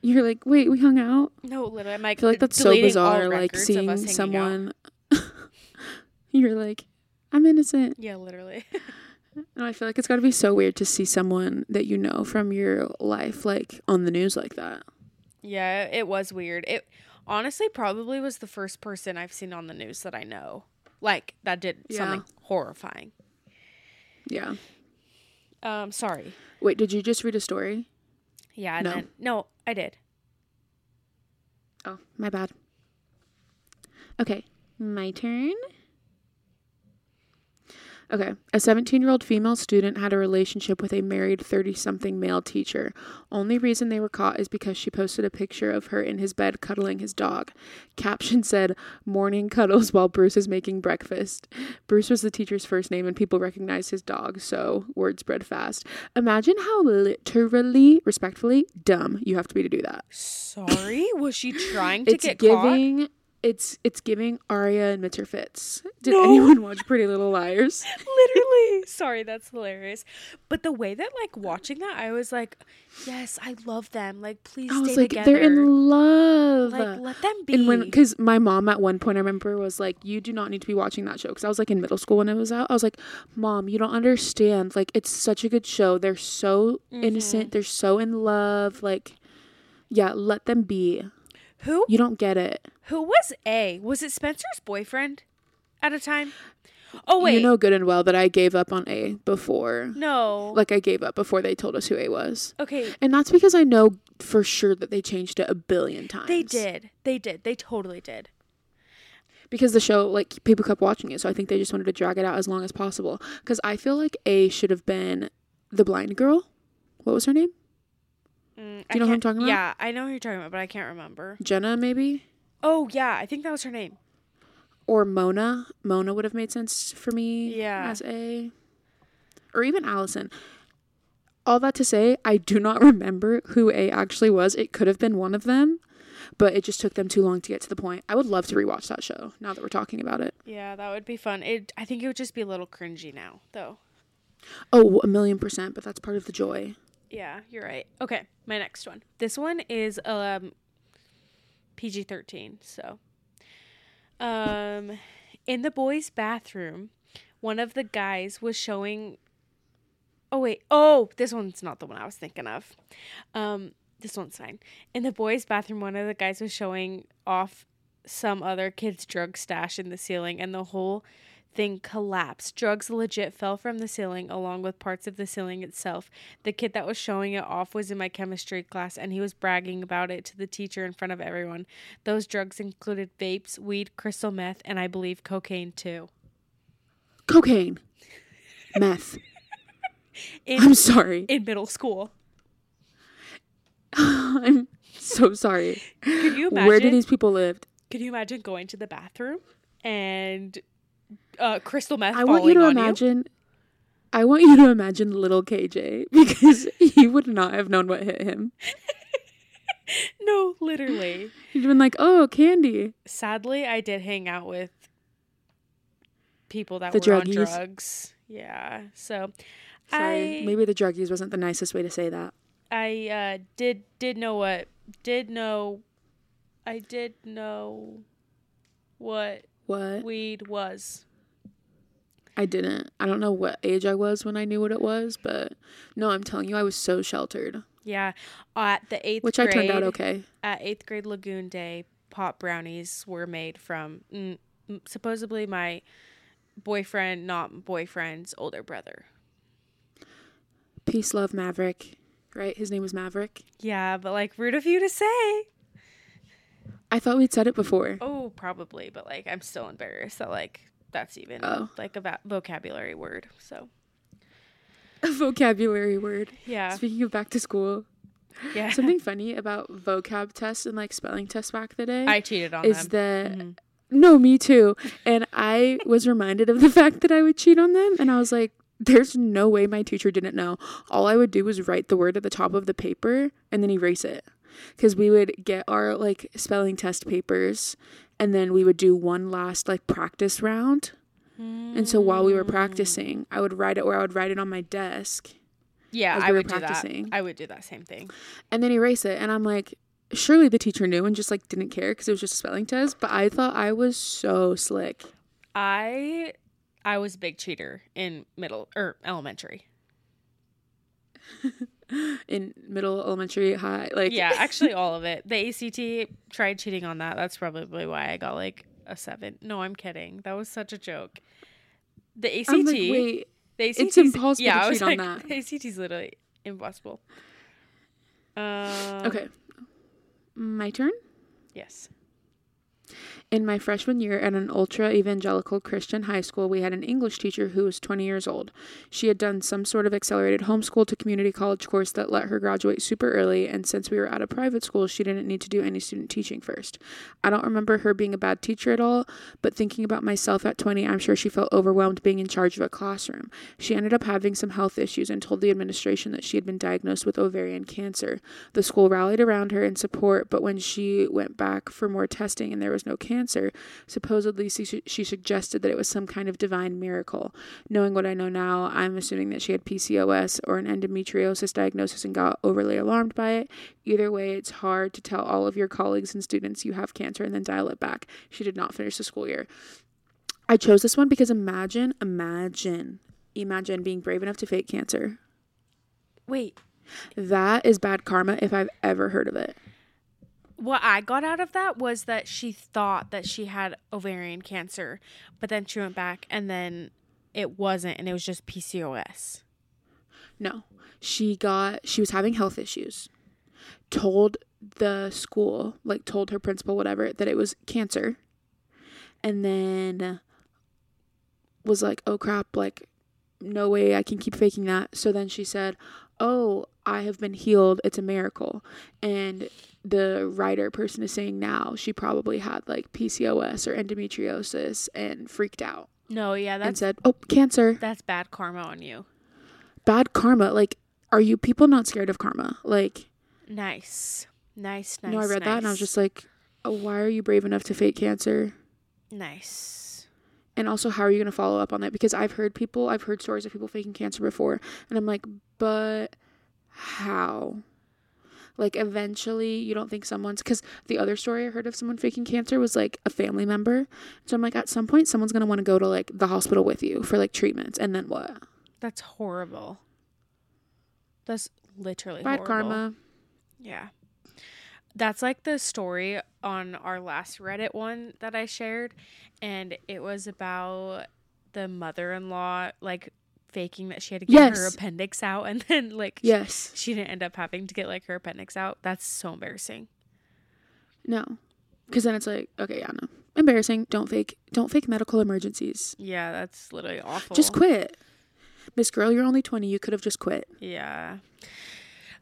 You're like, "Wait, we hung out?" no literally i'm I like feel like that's so deleting all bizarre like records of us seeing hanging out. someone You're like, "I'm innocent." yeah literally No, I feel like it's got to be so weird to see someone that you know from your life like on the news like that. Yeah, it was weird. It honestly probably was the first person I've seen on the news that I know. Like that did Yeah. something horrifying. Yeah. Um, sorry. Wait, did you just read a story? Yeah, and No. then no, I did. Oh, my bad. Okay, my turn. Okay, a 17 year old female student had a relationship with a married 30 something male teacher. Only reason they were caught is because she posted a picture of her in his bed cuddling his dog. Caption said, Morning cuddles while Bruce is making breakfast. Bruce was the teacher's first name and people recognized his dog, so word spread fast. Imagine how literally, respectfully, dumb you have to be to do that Sorry? Was she trying to it's get caught? giving it's it's giving Arya and Mr. Fitz. Did anyone watch Pretty Little Liars? Literally. Sorry, that's hilarious. But the way that like watching that, I was like, Yes, I love them. Like please I stay was like, together. they're in love. like let them be. and when, because my mom at one point, I remember was like, "You do not need to be watching that show." Because I was like in middle school when it was out. I was like, "Mom, you don't understand. Like, it's such a good show. They're so Mm-hmm. innocent. They're so in love. Like, yeah, let them be. who You don't get it. who was A? Was it Spencer's boyfriend at a time? Oh wait. You know good and well that I gave up on A before. no. Like, I gave up before they told us who A was. okay. And that's because I know for sure that they changed it a billion times. They did. They did. They totally did. Because the show, like, people kept watching it. So I think they just wanted to drag it out as long as possible. Because I feel like A should have been the blind girl. What was her name? Mm, Do you know who I'm talking about? Yeah, I know who you're talking about, but I can't remember. Jenna, maybe? Oh yeah, I think that was her name. Or Mona. Mona would have made sense for me Yeah. as A. Or even Allison. All that to say, I do not remember who A actually was. It could have been one of them. but it just took them too long to get to the point. I would love to rewatch that show now that we're talking about it. Yeah, that would be fun. It I think it would just be a little cringy now, though. Oh, a million percent, but that's part of the joy. Yeah, you're right. Okay, my next one. This one is um PG thirteen. So, um, in the boys' bathroom, one of the guys was showing. Oh wait, oh this one's not the one I was thinking of. Um, this one's fine. In the boys' bathroom, one of the guys was showing off some other kid's drug stash in the ceiling, and the whole thing collapsed. Drugs legit fell from the ceiling along with parts of the ceiling itself. The kid that was showing it off was in my chemistry class and he was bragging about it to the teacher in front of everyone. Those drugs included vapes, weed, crystal meth, and I believe cocaine too. Cocaine, meth. In, I'm sorry. in middle school. I'm so sorry. Could you imagine? Where do these people live? could you imagine going to the bathroom and uh, crystal meth I falling want you to on imagine. I want you to imagine little KJ because he would not have known what hit him. you? No, literally. He'd been like, "Oh, candy." sadly i did hang out with people that The were on druggies. drugs yeah so Sorry, i maybe the druggies wasn't the nicest way to say that. i uh did did know what did know i did know what What? weed was I didn't. I don't know what age I was when I knew what it was, but no, I'm telling you, I was so sheltered, yeah at the eighth which grade I turned out okay. at eighth grade lagoon day pop brownies were made from mm, mm, supposedly my boyfriend not boyfriend's older brother Peace, love, Maverick. Right? His name was Maverick. yeah but like rude of you to say I thought we'd said it before. Oh, probably, but like I'm still embarrassed that like that's even Oh. like a va- vocabulary word. So A vocabulary word. Oh. yeah, Speaking of back to school, yeah. something funny about vocab tests and like spelling tests back in the day. I cheated on is them. that Mhm. no me too and i was reminded of the fact that i would cheat on them and i was like there's no way my teacher didn't know all i would do was write the word at the top of the paper and then erase it because we would get our like spelling test papers and then we would do one last like practice round and so while we Mm. were practicing i would write it or i would write it on my desk yeah, as we I were would do practicing. that. I would do that same thing. and then erase it and i'm like surely the teacher knew and just like didn't care because it was just a spelling test but i thought i was so slick I I was a big cheater in middle or elementary. in middle elementary high like Yeah, actually all of it. The ACT tried cheating on that. That's probably why I got like a seven. No, I'm kidding. That was such a joke. The ACT. i'm like wait The It's ACT's impossible yeah, to I was cheat on like, that. The ACT's literally impossible. Um, okay my turn Yes. in my freshman year at an ultra evangelical Christian high school, we had an English teacher who was 20 years old. She had done some sort of accelerated homeschool to community college course that let her graduate super early, and since we were at a private school, she didn't need to do any student teaching first. I don't remember her being a bad teacher at all, but thinking about myself at 20, I'm sure she felt overwhelmed being in charge of a classroom. She ended up having some health issues and told the administration that she had been diagnosed with ovarian cancer. The school rallied around her in support, but when she went back for more testing and there was no cancer, supposedly she, su- she suggested that it was some kind of divine miracle. Knowing what I know now, I'm assuming that she had PCOS or an endometriosis diagnosis and got overly alarmed by it. Either way, it's hard to tell all of your colleagues and students you have cancer and then dial it back. She did not finish the school year. I chose this one because imagine, imagine, imagine being brave enough to fake cancer. Wait, That is bad karma if I've ever heard of it. what I got out of that was that she thought that she had ovarian cancer, but then she went back and then it wasn't, and it was just PCOS. No. She got she was having health issues. Told the school, like told her principal whatever, that it was cancer. And then was like, "Oh crap, like no way I can keep faking that." So then she said, "Oh, I have been healed. It's a miracle." And the writer person is saying now she probably had like PCOS or endometriosis and freaked out No, yeah, and that's said, "Oh, cancer." that's bad karma on you. bad karma. Like, are you people not scared of karma? Like, Nice. Nice, nice. No, I read that and I was nice. just like, oh, why are you brave enough to fake cancer? nice. And also, how are you going to follow up on that? Because I've heard people, I've heard stories of people faking cancer before, and I'm like, but how? Like, eventually, you don't think someone's. Because the other story I heard of someone faking cancer was like a family member. So I'm like, at some point, someone's going to want to go to like the hospital with you for like treatments, and then what? That's horrible. That's literally Bad horrible. karma. Yeah. That's like the story on our last Reddit one that I shared. And it was about the mother in law, like, faking that she had to get her Yes. appendix out. And then, like, Yes. she didn't end up having to get, like, her appendix out. That's so embarrassing. No. Because then it's like, okay, yeah, no. Embarrassing. Don't fake. Don't fake medical emergencies. Yeah, that's literally awful. Just quit. Miss Girl, you're only 20. You could have just quit. Yeah.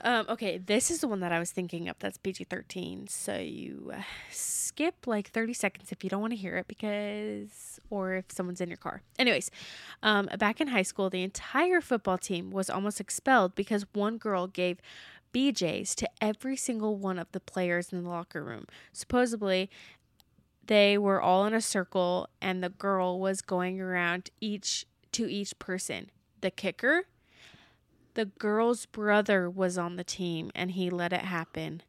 Um, okay, this is the one that I was thinking of. That's PG 13. So you uh, skip like 30 seconds if you don't want to hear it because, or if someone's in your car. Anyways, um, back in high school, the entire football team was almost expelled because one girl gave BJs to every single one of the players in the locker room. Supposedly, they were all in a circle and the girl was going around each to each person. The kicker the girl's brother was on the team and he let it happen.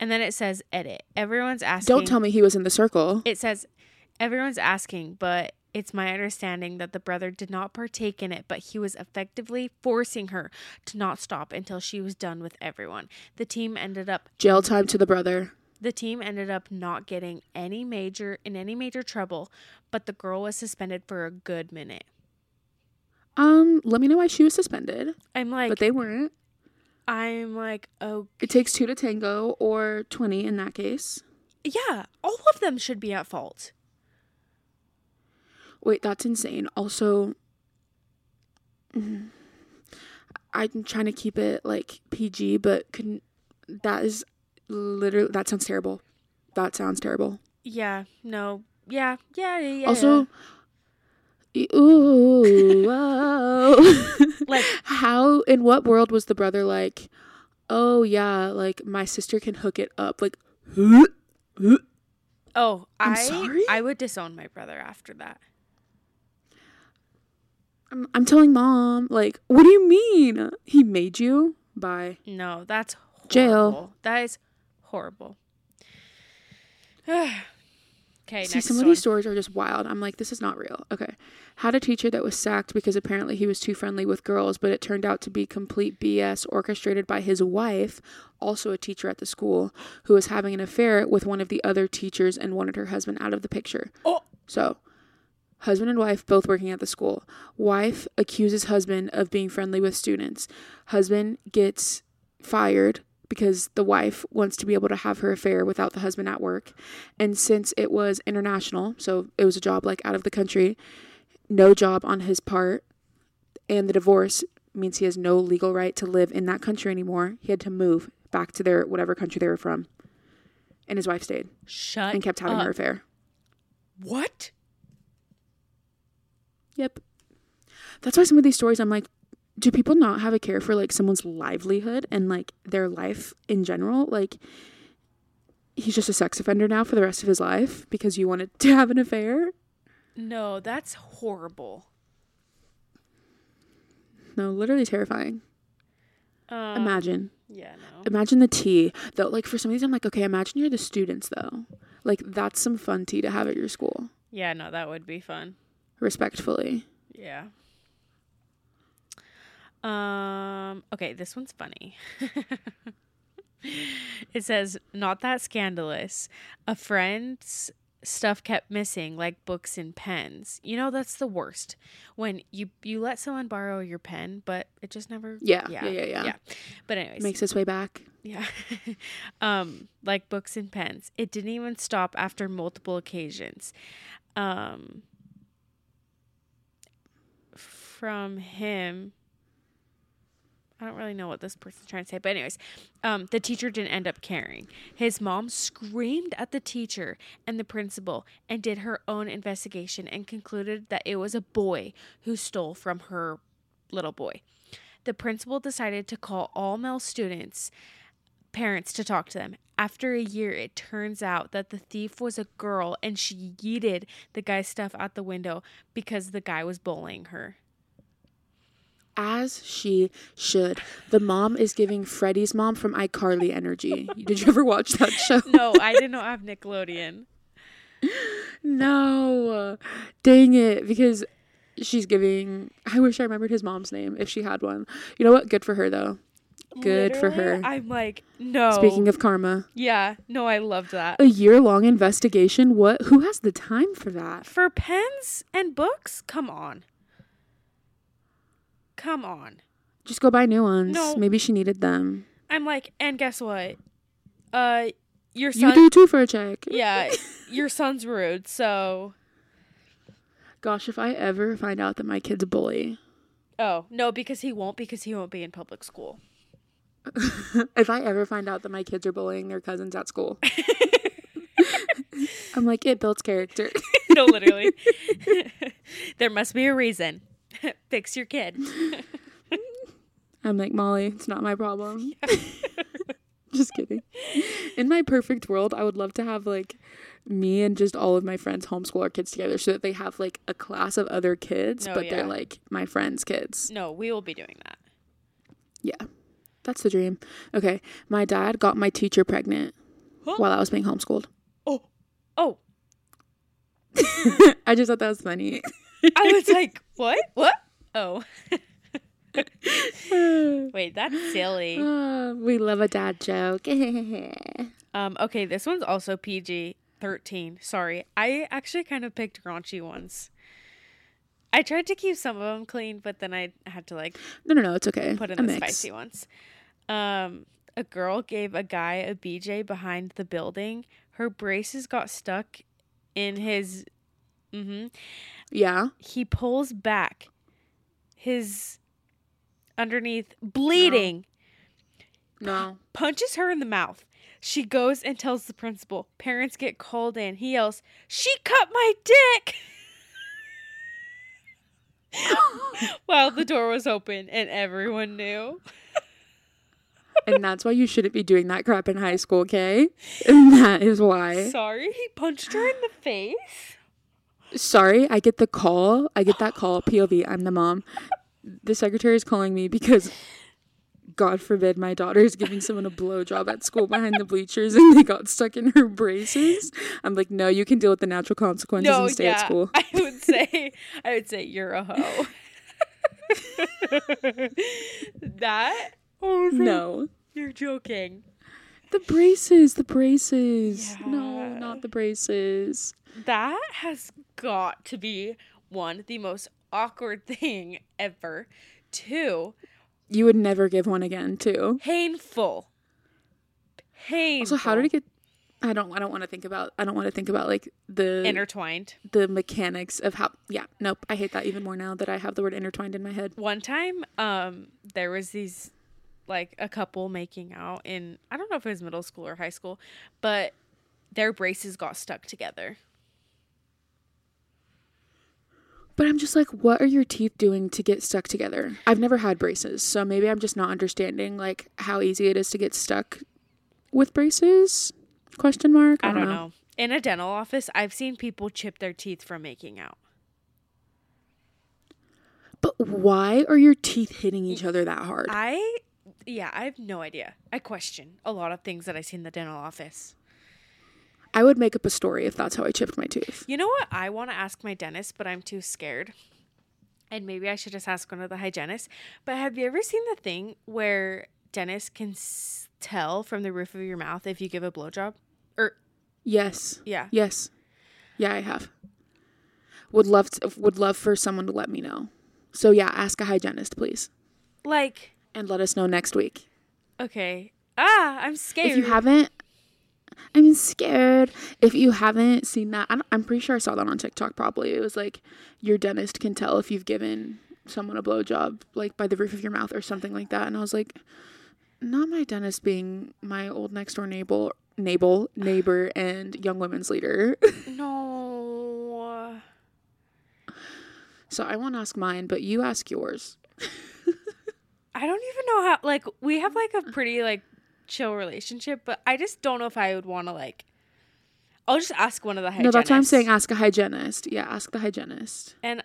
And then it says edit. Everyone's asking Don't tell me he was in the circle. It says everyone's asking, but it's my understanding that the brother did not partake in it, but he was effectively forcing her to not stop until she was done with everyone. The team ended up Jail time to the brother. the team ended up not getting any major in any major trouble, but the girl was suspended for a good minute. Um, let me know why she was suspended, I'm like but they weren't. I'm like, oh It takes two to tango or 20 in that case. yeah, all of them should be at fault. Wait, that's insane. Also, mm, I'm trying to keep it like PG, but can that is literally that sounds terrible. That sounds terrible. Yeah, no. Yeah, yeah, yeah. Also, e- ooh, whoa. like, How in what world was the brother like, oh yeah, like my sister can hook it up? Like, oh, I'm i sorry? I would disown my brother after that. I'm, I'm telling mom, like, what do you mean? He made you? Bye. No, that's horrible. Jail. That is horrible. okay, See, next some one. of these stories are just wild. I'm like, this is not real. Okay. Had a teacher that was sacked because apparently he was too friendly with girls, but it turned out to be complete BS orchestrated by his wife, also a teacher at the school, who was having an affair with one of the other teachers and wanted her husband out of the picture. Oh. So, husband and wife both working at the school. Wife accuses husband of being friendly with students. Husband gets fired because the wife wants to be able to have her affair without the husband at work. And since it was international, so it was a job like out of the country, no job on his part, and the divorce means he has no legal right to live in that country anymore. He had to move back to their whatever country they were from. And his wife stayed Shut and kept having up. her affair. What? Yep. That's why some of these stories I'm like, do people not have a care for like someone's livelihood and like their life in general? Like he's just a sex offender now for the rest of his life because you wanted to have an affair? No, that's horrible. No, literally terrifying. Um, Imagine. Yeah, no. Imagine the tea. Though like for some of these I'm like, okay, imagine you're the students though. Like that's some fun tea to have at your school. Yeah, no, that would be fun. Respectfully. Yeah. Um, okay, this one's funny. it says, not that scandalous. A friend's stuff kept missing, like books and pens. You know, that's the worst. When you you let someone borrow your pen, but it just never Yeah. Yeah, yeah, yeah. But anyways. Makes its way back. Yeah. um, like books and pens. It didn't even stop after multiple occasions. Um, from him. I don't really know what this person's trying to say, but anyways, um, the teacher didn't end up caring. His mom screamed at the teacher and the principal and did her own investigation and concluded that it was a boy who stole from her little boy. The principal decided to call all male students parents to talk to them. After a year, it turns out that the thief was a girl and she yeeted the guy's stuff out the window because the guy was bullying her. As she should. The mom is giving Freddy's mom from iCarly energy. Did you ever watch that show? No, I did not have Nickelodeon. No. Dang it. Because she's giving. I wish I remembered his mom's name if she had one. You know what? Good for her, though. Good for Literally, her. I'm like, no. Speaking of karma, yeah, no, I loved that. a year long investigation. What? Who has the time for that? For pens and books? Come on. Come on. Just go buy new ones. No. Maybe she needed them. I'm like, and guess what? Uh, your You son. do too for a check. yeah, your son's rude. So, Gosh, if I ever find out that my kid's a bully, oh no, because he won't, because he won't be in public school. if I ever find out that my kids are bullying their cousins at school, I'm like, it builds character. no, literally. there must be a reason. Fix your kid. I'm like, Molly, it's not my problem. just kidding. In my perfect world, I would love to have like me and just all of my friends homeschool our kids together so that they have like a class of other kids, No, but Oh, yeah. they're like my friends' kids. No, we will be doing that. Yeah. That's the dream. Okay. My dad got my teacher pregnant Huh? while I was being homeschooled. Oh, oh, I just thought that was funny. I was like, what? What? Oh, wait, that's silly. Ah, we love a dad joke. Um, okay, this one's also PG thirteen. Sorry, I actually kind of picked raunchy ones. I tried to keep some of them clean, but then I had to like No, no, no, it's okay. put in a the mix. spicy ones. Um, a girl gave a guy a BJ behind the building. Her braces got stuck in his. hmm Yeah. He pulls back his underneath, bleeding, No. punches her in the mouth. She goes and tells the principal. Parents get called in. He yells, She cut my dick! While the door was open and everyone knew. and that's why you shouldn't be doing that crap in high school, okay? And that is why. Sorry, he punched her in the face. Sorry, I get the call. I get that call. POV, I'm the mom. The secretary is calling me because, God forbid, my daughter is giving someone a blowjob at school behind the bleachers and they got stuck in her braces. I'm like, no, you can deal with the natural consequences and stay at school. I would say I would say you're a hoe. that? Oh No. You're joking. The braces, the braces. No, Yeah. not the braces. That has got to be one, the most awkward thing ever. Two, You would never give one again, too. painful. Painful. Also, how did it get? I don't. I don't want to think about. I don't want to think about like the intertwined? the mechanics of how. Yeah. Nope. I hate that even more now that I have the word intertwined in my head. one time um there was these like a couple making out in i don't know if it was middle school or high school but their braces got stuck together But I'm just like, what are your teeth doing to get stuck together? I've never had braces, so maybe I'm just not understanding like how easy it is to get stuck with braces. Question mark. i don't know in a dental office i've seen people chip their teeth from making out But why are your teeth hitting each other that hard? i yeah i have no idea i question a lot of things that i see in the dental office I would make up a story if that's how I chipped my tooth. you know what i want to ask my dentist but i'm too scared and maybe i should just ask one of the hygienists but have you ever seen the thing where dentists can s- tell from the roof of your mouth if you give a blowjob or Yes. yeah Yes. Yeah, I have. Would love to, would love for someone to let me know. So yeah, ask a hygienist, please, like and let us know next week. okay ah i'm scared If you haven't, I'm scared. If you haven't seen that, I'm, I'm pretty sure I saw that on TikTok. Probably it was like your dentist can tell if you've given someone a blowjob, like by the roof of your mouth or something like that. And I was like, not my dentist being my old next door neighbor, neighbor, neighbor, and young women's leader. no so I won't ask mine, but you ask yours. i don't even know how like we have like a pretty like chill relationship, but I just don't know if I would want to like. I'll just ask one of the No, hygienists. that's why I'm saying ask a hygienist. Yeah, ask the hygienist. And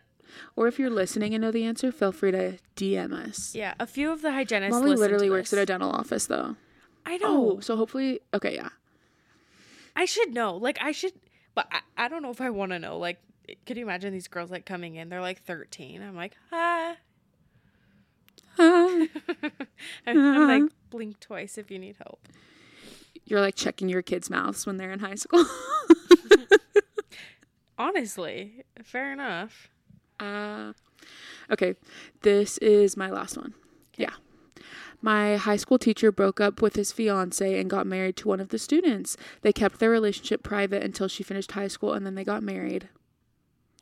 Or if you're listening and know the answer, feel free to DM us. yeah, a few of the hygienists. Molly listen literally to works this. at a dental office though. I know. Oh, so hopefully, okay, yeah. I should know. Like I should, but I, I don't know if I want to know. Like, could you imagine these girls like coming in? They're like 13. I'm like, hi. Ah. I'm, I'm Mm-hmm. like blink twice if you need help. You're like checking your kids' mouths when they're in high school. Honestly, fair enough. uh, okay, this is my last one. Yeah. My high school teacher broke up with his fiance and got married to one of the students. They kept their relationship private until she finished high school and then they got married.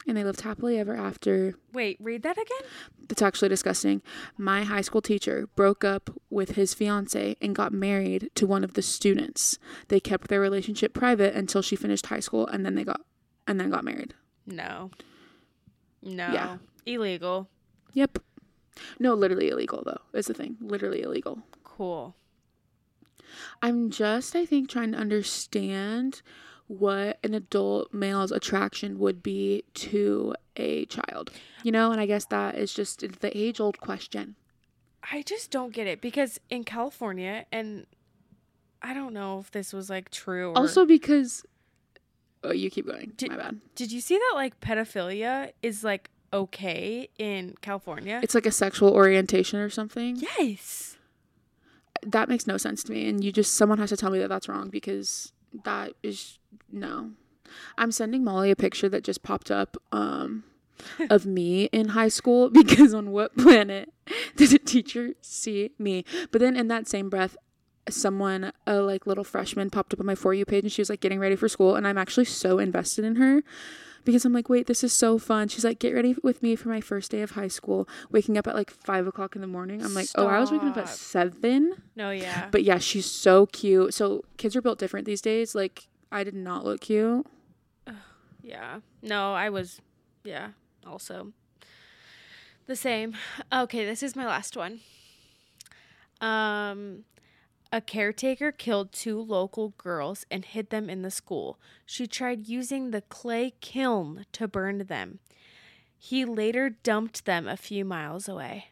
And they lived happily ever after. Wait, read that again. That's actually disgusting. My high school teacher broke up with his fiance and got married to one of the students. They kept their relationship private until she finished high school and then they got and then got married. No. No. Yeah. Illegal. Yep. No, literally illegal though. Is the thing. Literally illegal. Cool. I'm just, I think, trying to understand what an adult male's attraction would be to a child. You know, and I guess that is just it's the age old question. I just don't get it because in California and I don't know if this was like true or Also, because. Oh, you keep going. Did- My bad. Did you see that like pedophilia is like okay in California? It's like a sexual orientation or something. yes. That makes no sense to me. And you just, someone has to tell me that that's wrong because that is, no. I'm sending Molly a picture that just popped up um, of me in high school because on what planet did a teacher see me? But then in that same breath, someone, a like little freshman, popped up on my For You page and she was like getting ready for school. And I'm actually so invested in her because I'm like, wait, this is so fun. She's like, get ready with me for my first day of high school, waking up at like five o'clock in the morning. I'm like, oh, I was waking up at Stop. seven. No, yeah. But yeah, she's so cute. So kids are built different these days. Like, I did not look cute. yeah. No, I was yeah, also the same. Okay, this is my last one. Um a caretaker killed two local girls and hid them in the school. She tried using the clay kiln to burn them. He later dumped them a few miles away.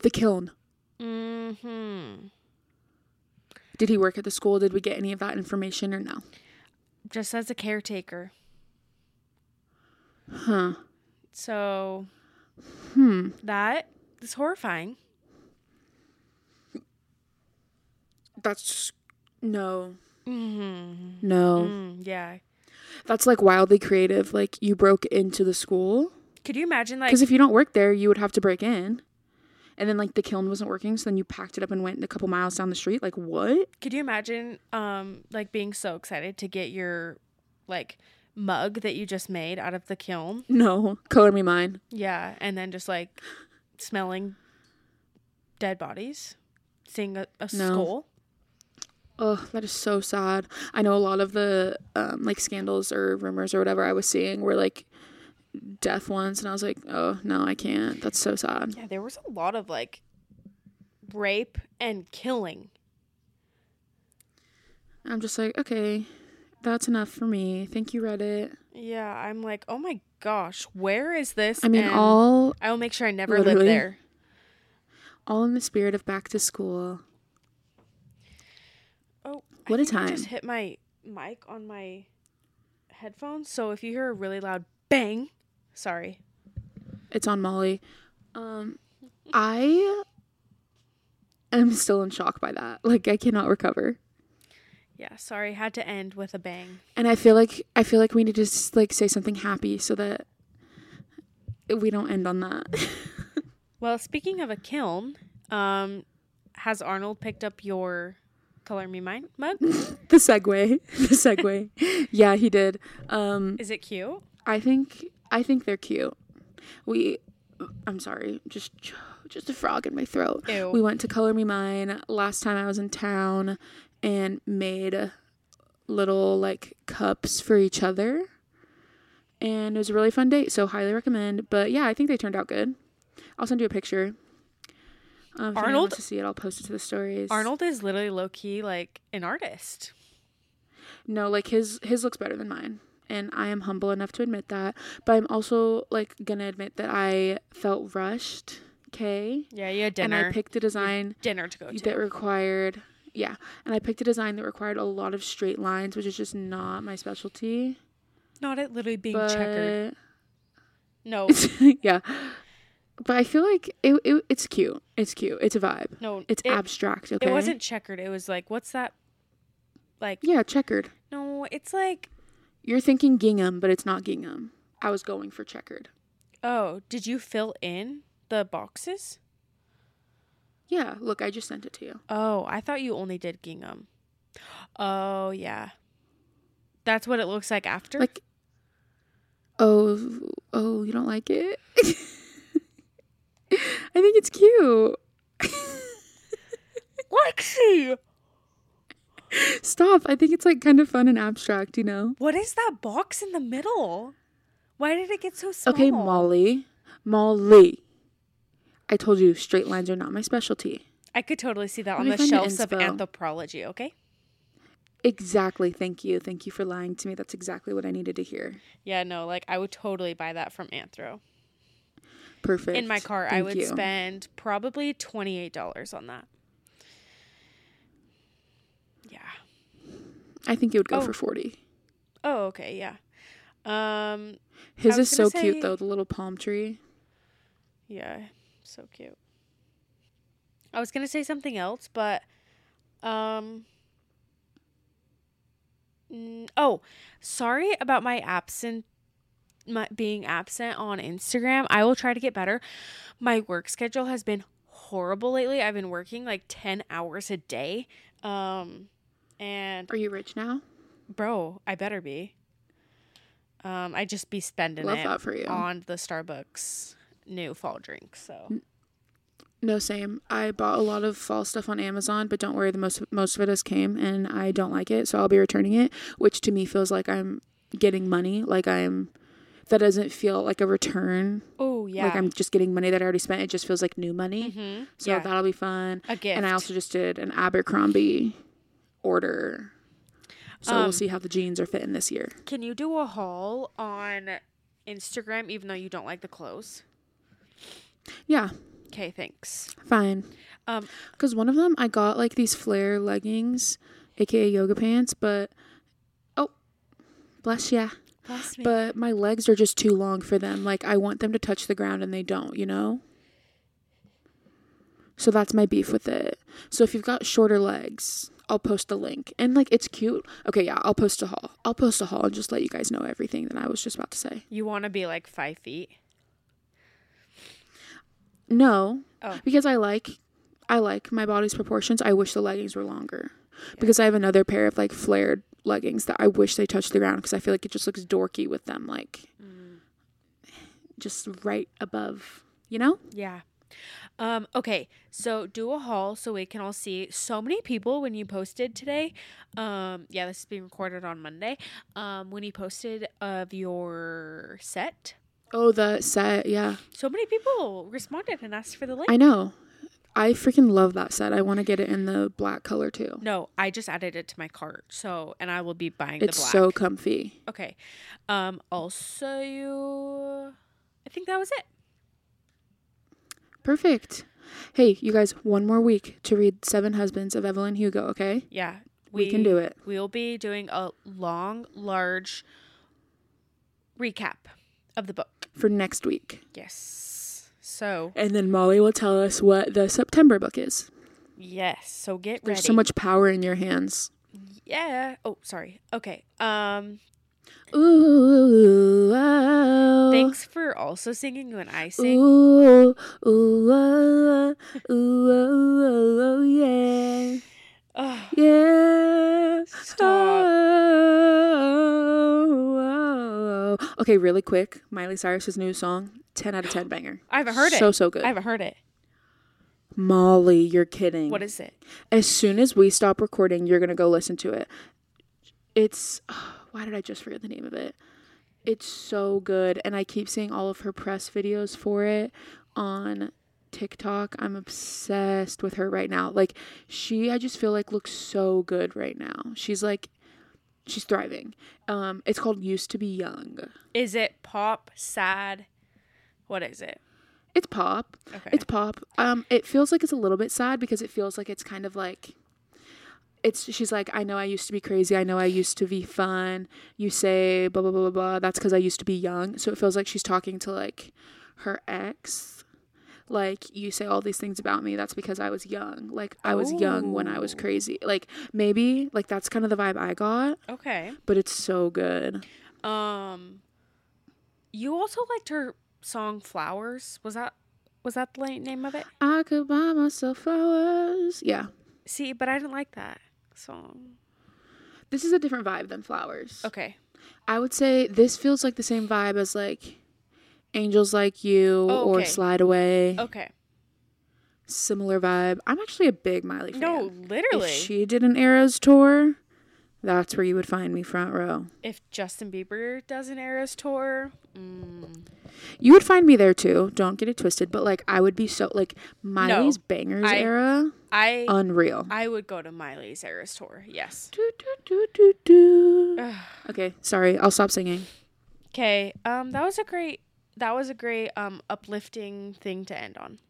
The kiln. Mhm. Did he work at the school? Did we get any of that information or no? Just as a caretaker. Huh. So Hmm. that is horrifying. That's no. Mhm. No. Mm, yeah. That's like wildly creative. Like you broke into the school. Could you imagine like Because if you don't work there, you would have to break in. And then like the kiln wasn't working, so then you packed it up and went a couple miles down the street. Like what? Could you imagine um like being so excited to get your like mug that you just made out of the kiln? No. Color me mine. Yeah, and then just like smelling dead bodies, seeing a, a No. skull. Ugh, that is so sad. I know a lot of the um, like scandals or rumors or whatever I was seeing were like death ones, and I was like, oh no, I can't. That's so sad. Yeah, there was a lot of like rape and killing. I'm just like, okay, that's enough for me. Thank you, Reddit. Yeah, I'm like, "Oh my gosh, where is this?" I mean, And all I will make sure I never live literally- there. all in the spirit of back to school. Oh, What I a think I just time. hit my mic on my headphones, so if you hear a really loud bang, sorry. It's on Molly. Um, I am still in shock by that. Like, I cannot recover. Yeah, sorry, had to end with a bang. And I feel like I feel like we need to s- like say something happy so that we don't end on that. Well, speaking of a kiln, um, has Arnold picked up your color me mine mug? the segue, the segue. yeah, he did. Um, Is it cute? I think I think they're cute. We, I'm sorry, just just a frog in my throat. Ew. We went to Color Me Mine last time I was in town, and made little like cups for each other, and it was a really fun date. So highly recommend. But yeah, I think they turned out good. I'll send you a picture. Um, if anyone Arnold- wants to see it, I'll post it to the stories. Arnold is literally low key like an artist. No, like his his looks better than mine. And I am humble enough to admit that. But I'm also like gonna admit that I felt rushed. Okay. Yeah, you had And dinner. I picked a design dinner to go that to. required yeah. And I picked a design that required a lot of straight lines, which is just not my specialty. Not it literally being But checkered. No, yeah. But I feel like it, it it's cute. It's cute. It's a vibe. no, It's it, abstract, okay? It wasn't checkered. It was like, what's that? Like, Yeah, checkered. no, it's like, You're thinking gingham, but it's not gingham. I was going for checkered. oh, did you fill in the boxes? Yeah, look, I just sent it to you. Oh, I thought you only did gingham. Oh yeah, that's what it looks like after. Like, oh, oh, you don't like it? I think it's cute. Lexi, Stop. I think it's like kind of fun and abstract, you know? what is that box in the middle? Why did it get so small? Okay, Molly. Molly. I told you straight lines are not my specialty. I could totally see that Let on me the find the shelves of inspo. anthropology. Okay. Exactly. Thank you. Thank you for lying to me. That's exactly what I needed to hear. Yeah, no, like I would totally buy that from Anthro. Perfect. In my car, I Thank would you. spend probably twenty eight dollars on that. Yeah. I think it would go Oh. for 40. Oh, okay, yeah. Um, His was is so gonna cute say- though, the little palm tree. yeah, so cute. I was gonna say something else, but um. mm, Oh, sorry about my absent, my being absent on Instagram. I will try to get better. My work schedule has been horrible lately. I've been working like ten hours a day. Um, and Are you rich now? bro, I better be. Um, I just be spending Love it that for you. on the Starbucks new fall drink. So No, same. I bought a lot of fall stuff on Amazon, but don't worry, the most most of it has came, and I don't like it, so I'll be returning it, which to me feels like I'm getting money, like I'm. That doesn't feel like a return. oh yeah, Like I'm just getting money that I already spent. It just feels like new money. Mhm. So yeah, that'll be fun. a gift. And I also just did an Abercrombie order. So Um, we'll see how the jeans are fitting this year. Can you do a haul on Instagram even though you don't like the clothes? Yeah, Okay, thanks. fine. Um, Because one of them, I got like these flare leggings, aka yoga pants, but oh, bless ya. bless me. But my legs are just too long for them. Like, I want them to touch the ground and they don't, you know? So that's my beef with it. So if you've got shorter legs, I'll post the link. And like, it's cute. Okay, yeah, I'll post a haul. I'll post a haul and just let you guys know everything that I was just about to say. you want to be like five feet? No, Oh. because I like I like my body's proportions. I wish the leggings were longer because I have another pair of like flared leggings that I wish they touched the ground because I feel like it just looks dorky with them like Mm. just right above, you know? Yeah. Um, okay, so do a haul so we can all see so many people when you posted today. Um, yeah, this is being recorded on Monday. Um, when you posted of your set, Oh, the set, yeah. so many people responded and asked for the link. I know. I freaking love that set. I want to get it in the black color too. no, I just added it to my cart, so and I will be buying It's the black. so comfy. okay. Um, also, you, I think that was it. Perfect. Hey, you guys, one more week to read Seven Husbands of Evelyn Hugo, okay? Yeah, We, can do it. We'll be doing a long, large recap of the book. For next week. Yes. So And then Molly will tell us what the September book is. yes. So get There's ready. so much power in your hands. Yeah. Oh, sorry. Okay. Um. Ooh, oh. Thanks for also singing when I sing. Ooh, ooh, oh, oh, ooh, oh, oh, oh, yeah, Ugh, yeah. stop. Oh, oh, oh. Okay, really quick. Miley Cyrus's new song, ten out of ten banger. I haven't heard it. So so good. I haven't heard it. Molly, you're kidding. What is it? as soon as we stop recording, you're gonna go listen to it. It's why did I just forget the name of it? It's so good, and I keep seeing all of her press videos for it on TikTok. I'm obsessed with her right now. Like she I just feel like looks so good right now. She's like she's thriving. Um it's called Used to Be Young. Is it pop, sad? What is it? It's pop. Okay. It's pop. Um, it feels like it's a little bit sad because it feels like it's kind of like it's she's like, I know I used to be crazy, I know I used to be fun. You say blah blah blah blah blah. That's because I used to be young. So it feels like she's talking to like her ex. Like you say all these things about me, that's because I was young. Like I was young when I was Ooh. crazy. Like maybe like that's kind of the vibe I got, okay. but it's so good. Um you also liked her song Flowers. Was that was that the la- name of it? I could buy myself flowers. Yeah. See, but I didn't like that song. This is a different vibe than flowers. Okay. I would say this feels like the same vibe as like Angels Like You Oh, or okay. Oh. Slide Away. Okay. Similar vibe. I'm actually a big Miley fan. No, literally. If, If she did an Eras tour, that's where you would find me front row. Justin Bieber does an Eras tour, mm, You would find me there too. Don't get it twisted, but like I would be so like Miley's bangers I- era, I unreal. I would go to Miley's Eras tour. Yes. Do, do, do, do, do. Okay, sorry. I'll stop singing. Okay. Um that was a great that was a great um uplifting thing to end on.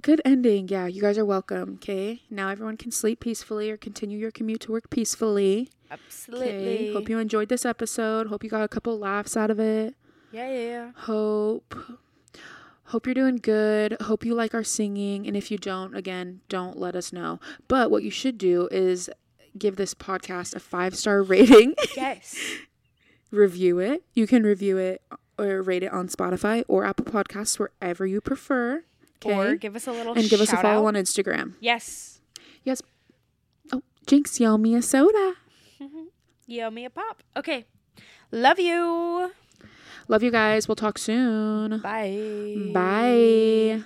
Good ending. Yeah, you guys are welcome. Okay, now everyone can sleep peacefully or continue your commute to work peacefully. Okay. Absolutely. Hope you enjoyed this episode. Hope you got a couple laughs out of it. yeah, yeah, yeah. Hope hope you're doing good. Hope you like our singing and if you don't again, don't let us know. But what you should do is give this podcast a 5-star rating. Yes. review it. You can review it or rate it on Spotify or Apple Podcasts wherever you prefer. Okay? Or give us a little and give us a shout follow out. on Instagram. Yes. Yes. Oh, Jinx, yell me a soda. Yell me a pop. Okay. Love you. Love you guys. We'll talk soon. Bye. Bye.